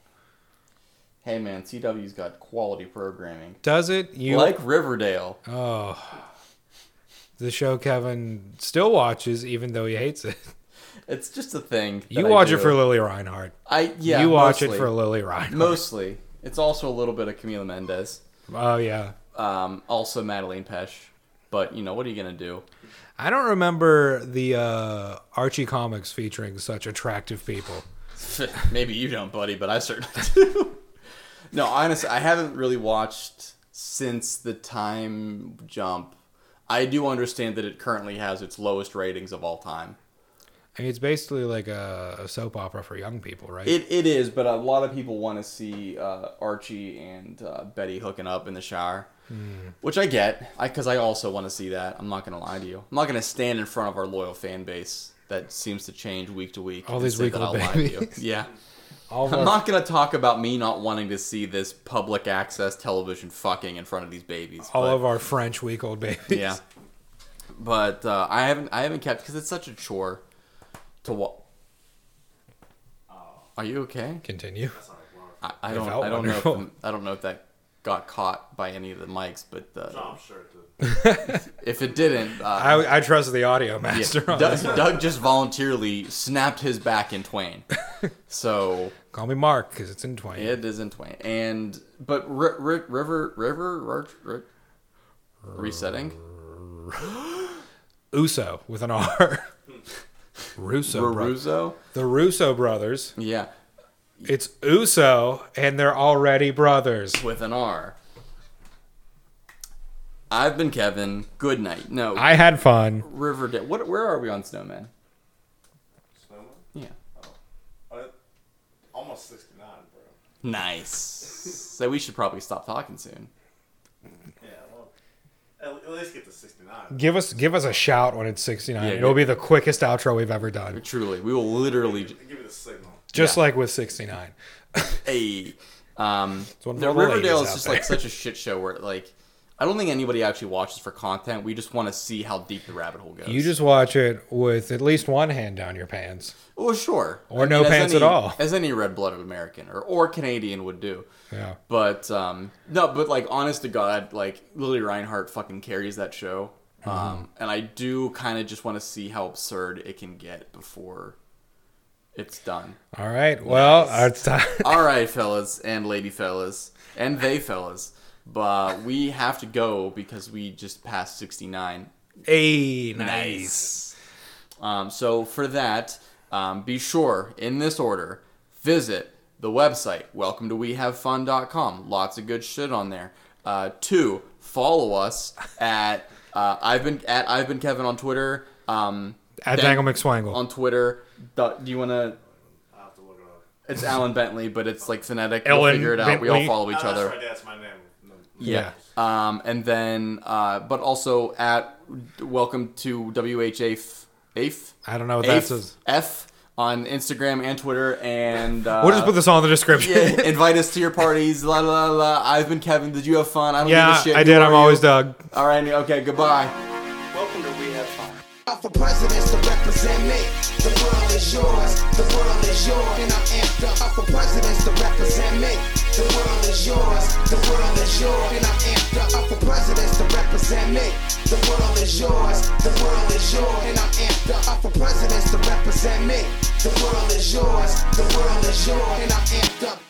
Hey man, CW's got quality programming.
Does it? You
like Riverdale.
Oh. The show Kevin still watches, even though he hates it.
It's just a thing.
You
that I
watch it
do.
for Lily Reinhardt.
I yeah.
you watch it
mostly.
for Lily Reinhardt.
mostly. It's also a little bit of Camila Mendez,
Oh yeah.
um, also Madeline Pesh. But you know what are you gonna do?
I don't remember the uh, Archie comics featuring such attractive people.
Maybe you don't, buddy, but I certainly do. no, honestly, I haven't really watched since the time jump. I do understand that it currently has its lowest ratings of all time.
I mean, it's basically like a, a soap opera for young people, right?
It, it is, but a lot of people want to see uh, Archie and uh, Betty hooking up in the shower,
Hmm.
which I get, because I, also want to see that. I'm not going to lie to you. I'm not going to stand in front of our loyal fan base that seems to change week to week.
All
and
these
say that
weak little
I'll lie to you.
babies.
Yeah.
All of
I'm
our-
not going to talk about me not wanting to see this public access television fucking in front of these babies.
all
but-
of our French week old babies.
yeah. But uh, I haven't I haven't kept because it's such a chore to watch. Are you okay?
Continue.
I, I don't.
felt
I don't know. If the,
wonderful.
I don't know if that got caught by any of the mics, but
No,
uh,
I'm sure it did.
if it didn't, uh,
I, I trust the audio master
yeah,
on
Doug,
this.
Doug just voluntarily snapped his back in twain. So
Call me Mark because it's in twenty.
it is in twain. And but r- r- river river r- r- resetting
Uso with an R. Russo, bro-
Russo.
the Russo brothers.
Yeah,
It's Uso, and they're already brothers.
with an R. I've been Kevin. Good night. No,
I had fun.
Riverdale. What? Where are we on Snowman?
Snowman?
Yeah.
Uh, almost 69, bro.
Nice. so we should probably stop talking soon.
Yeah, well, at, at least get to 69.
Give us give us a shout when it's 69.
Yeah,
It'll
yeah.
be the quickest outro we've ever done.
Truly, we will literally. j-
Give me the signal.
Just
Yeah.
like with 69.
Hey, um,
one
the
for the
Riverdale is
ladies out
just
there.
like such a shit show where like I don't think anybody actually watches for content. We just want to see how deep the rabbit hole goes.
You just watch it with at least one hand down your pants.
well, sure,
Or no
as
pants
any-
at all.
as any red-blooded American or or Canadian would do.
Yeah.
But um, no, but like honest to God, like Lily Reinhart fucking carries that show,
Mm-hmm.
um, and I do kind of just want to see how absurd it can get before it's done.
All right. Well, it's time.
All right, fellas and lady fellas and they fellas, but we have to go because we just passed sixty nine.
Hey,
Um, so for that, um, be sure in this order visit the website welcome to wehavefun.com. Lots of good shit on there. Uh, two, follow us at uh, I've been at I've been Kevin on Twitter. Um,
At
Ben-
Dangle McSwangle.
on Twitter. Do, do you want to?
I have to look it up.
It's Alan Bentley, but it's like phonetic. We'll
Ellen
figure it out. We all
Bentley.
follow each
Ah,
other.
That's right. That's my name. No,
Yeah. Um, and then, uh, but also at welcome to WHA AF.
I don't know what that
AF
says.
F on Instagram and Twitter, and uh,
we'll just put this all in the description.
yeah, invite us to your parties. La la la. la. I've been Kevin. Did you have fun? I don't give
yeah
a shit.
I
Who
did.
are
I'm always
you?
Doug.
All right. Okay. Goodbye.
Welcome to We Have Fun.
Out for presidents to represent me. The world is yours, the world is yours, and I'm amped up. Out for presidents to represent me. The world is yours, the world is yours, and I'm amped up. Out for presidents to represent me. The world is yours, the world is yours, and I'm amped up. Out for presidents to represent me. The world is yours, the world is yours, and I'm amped up.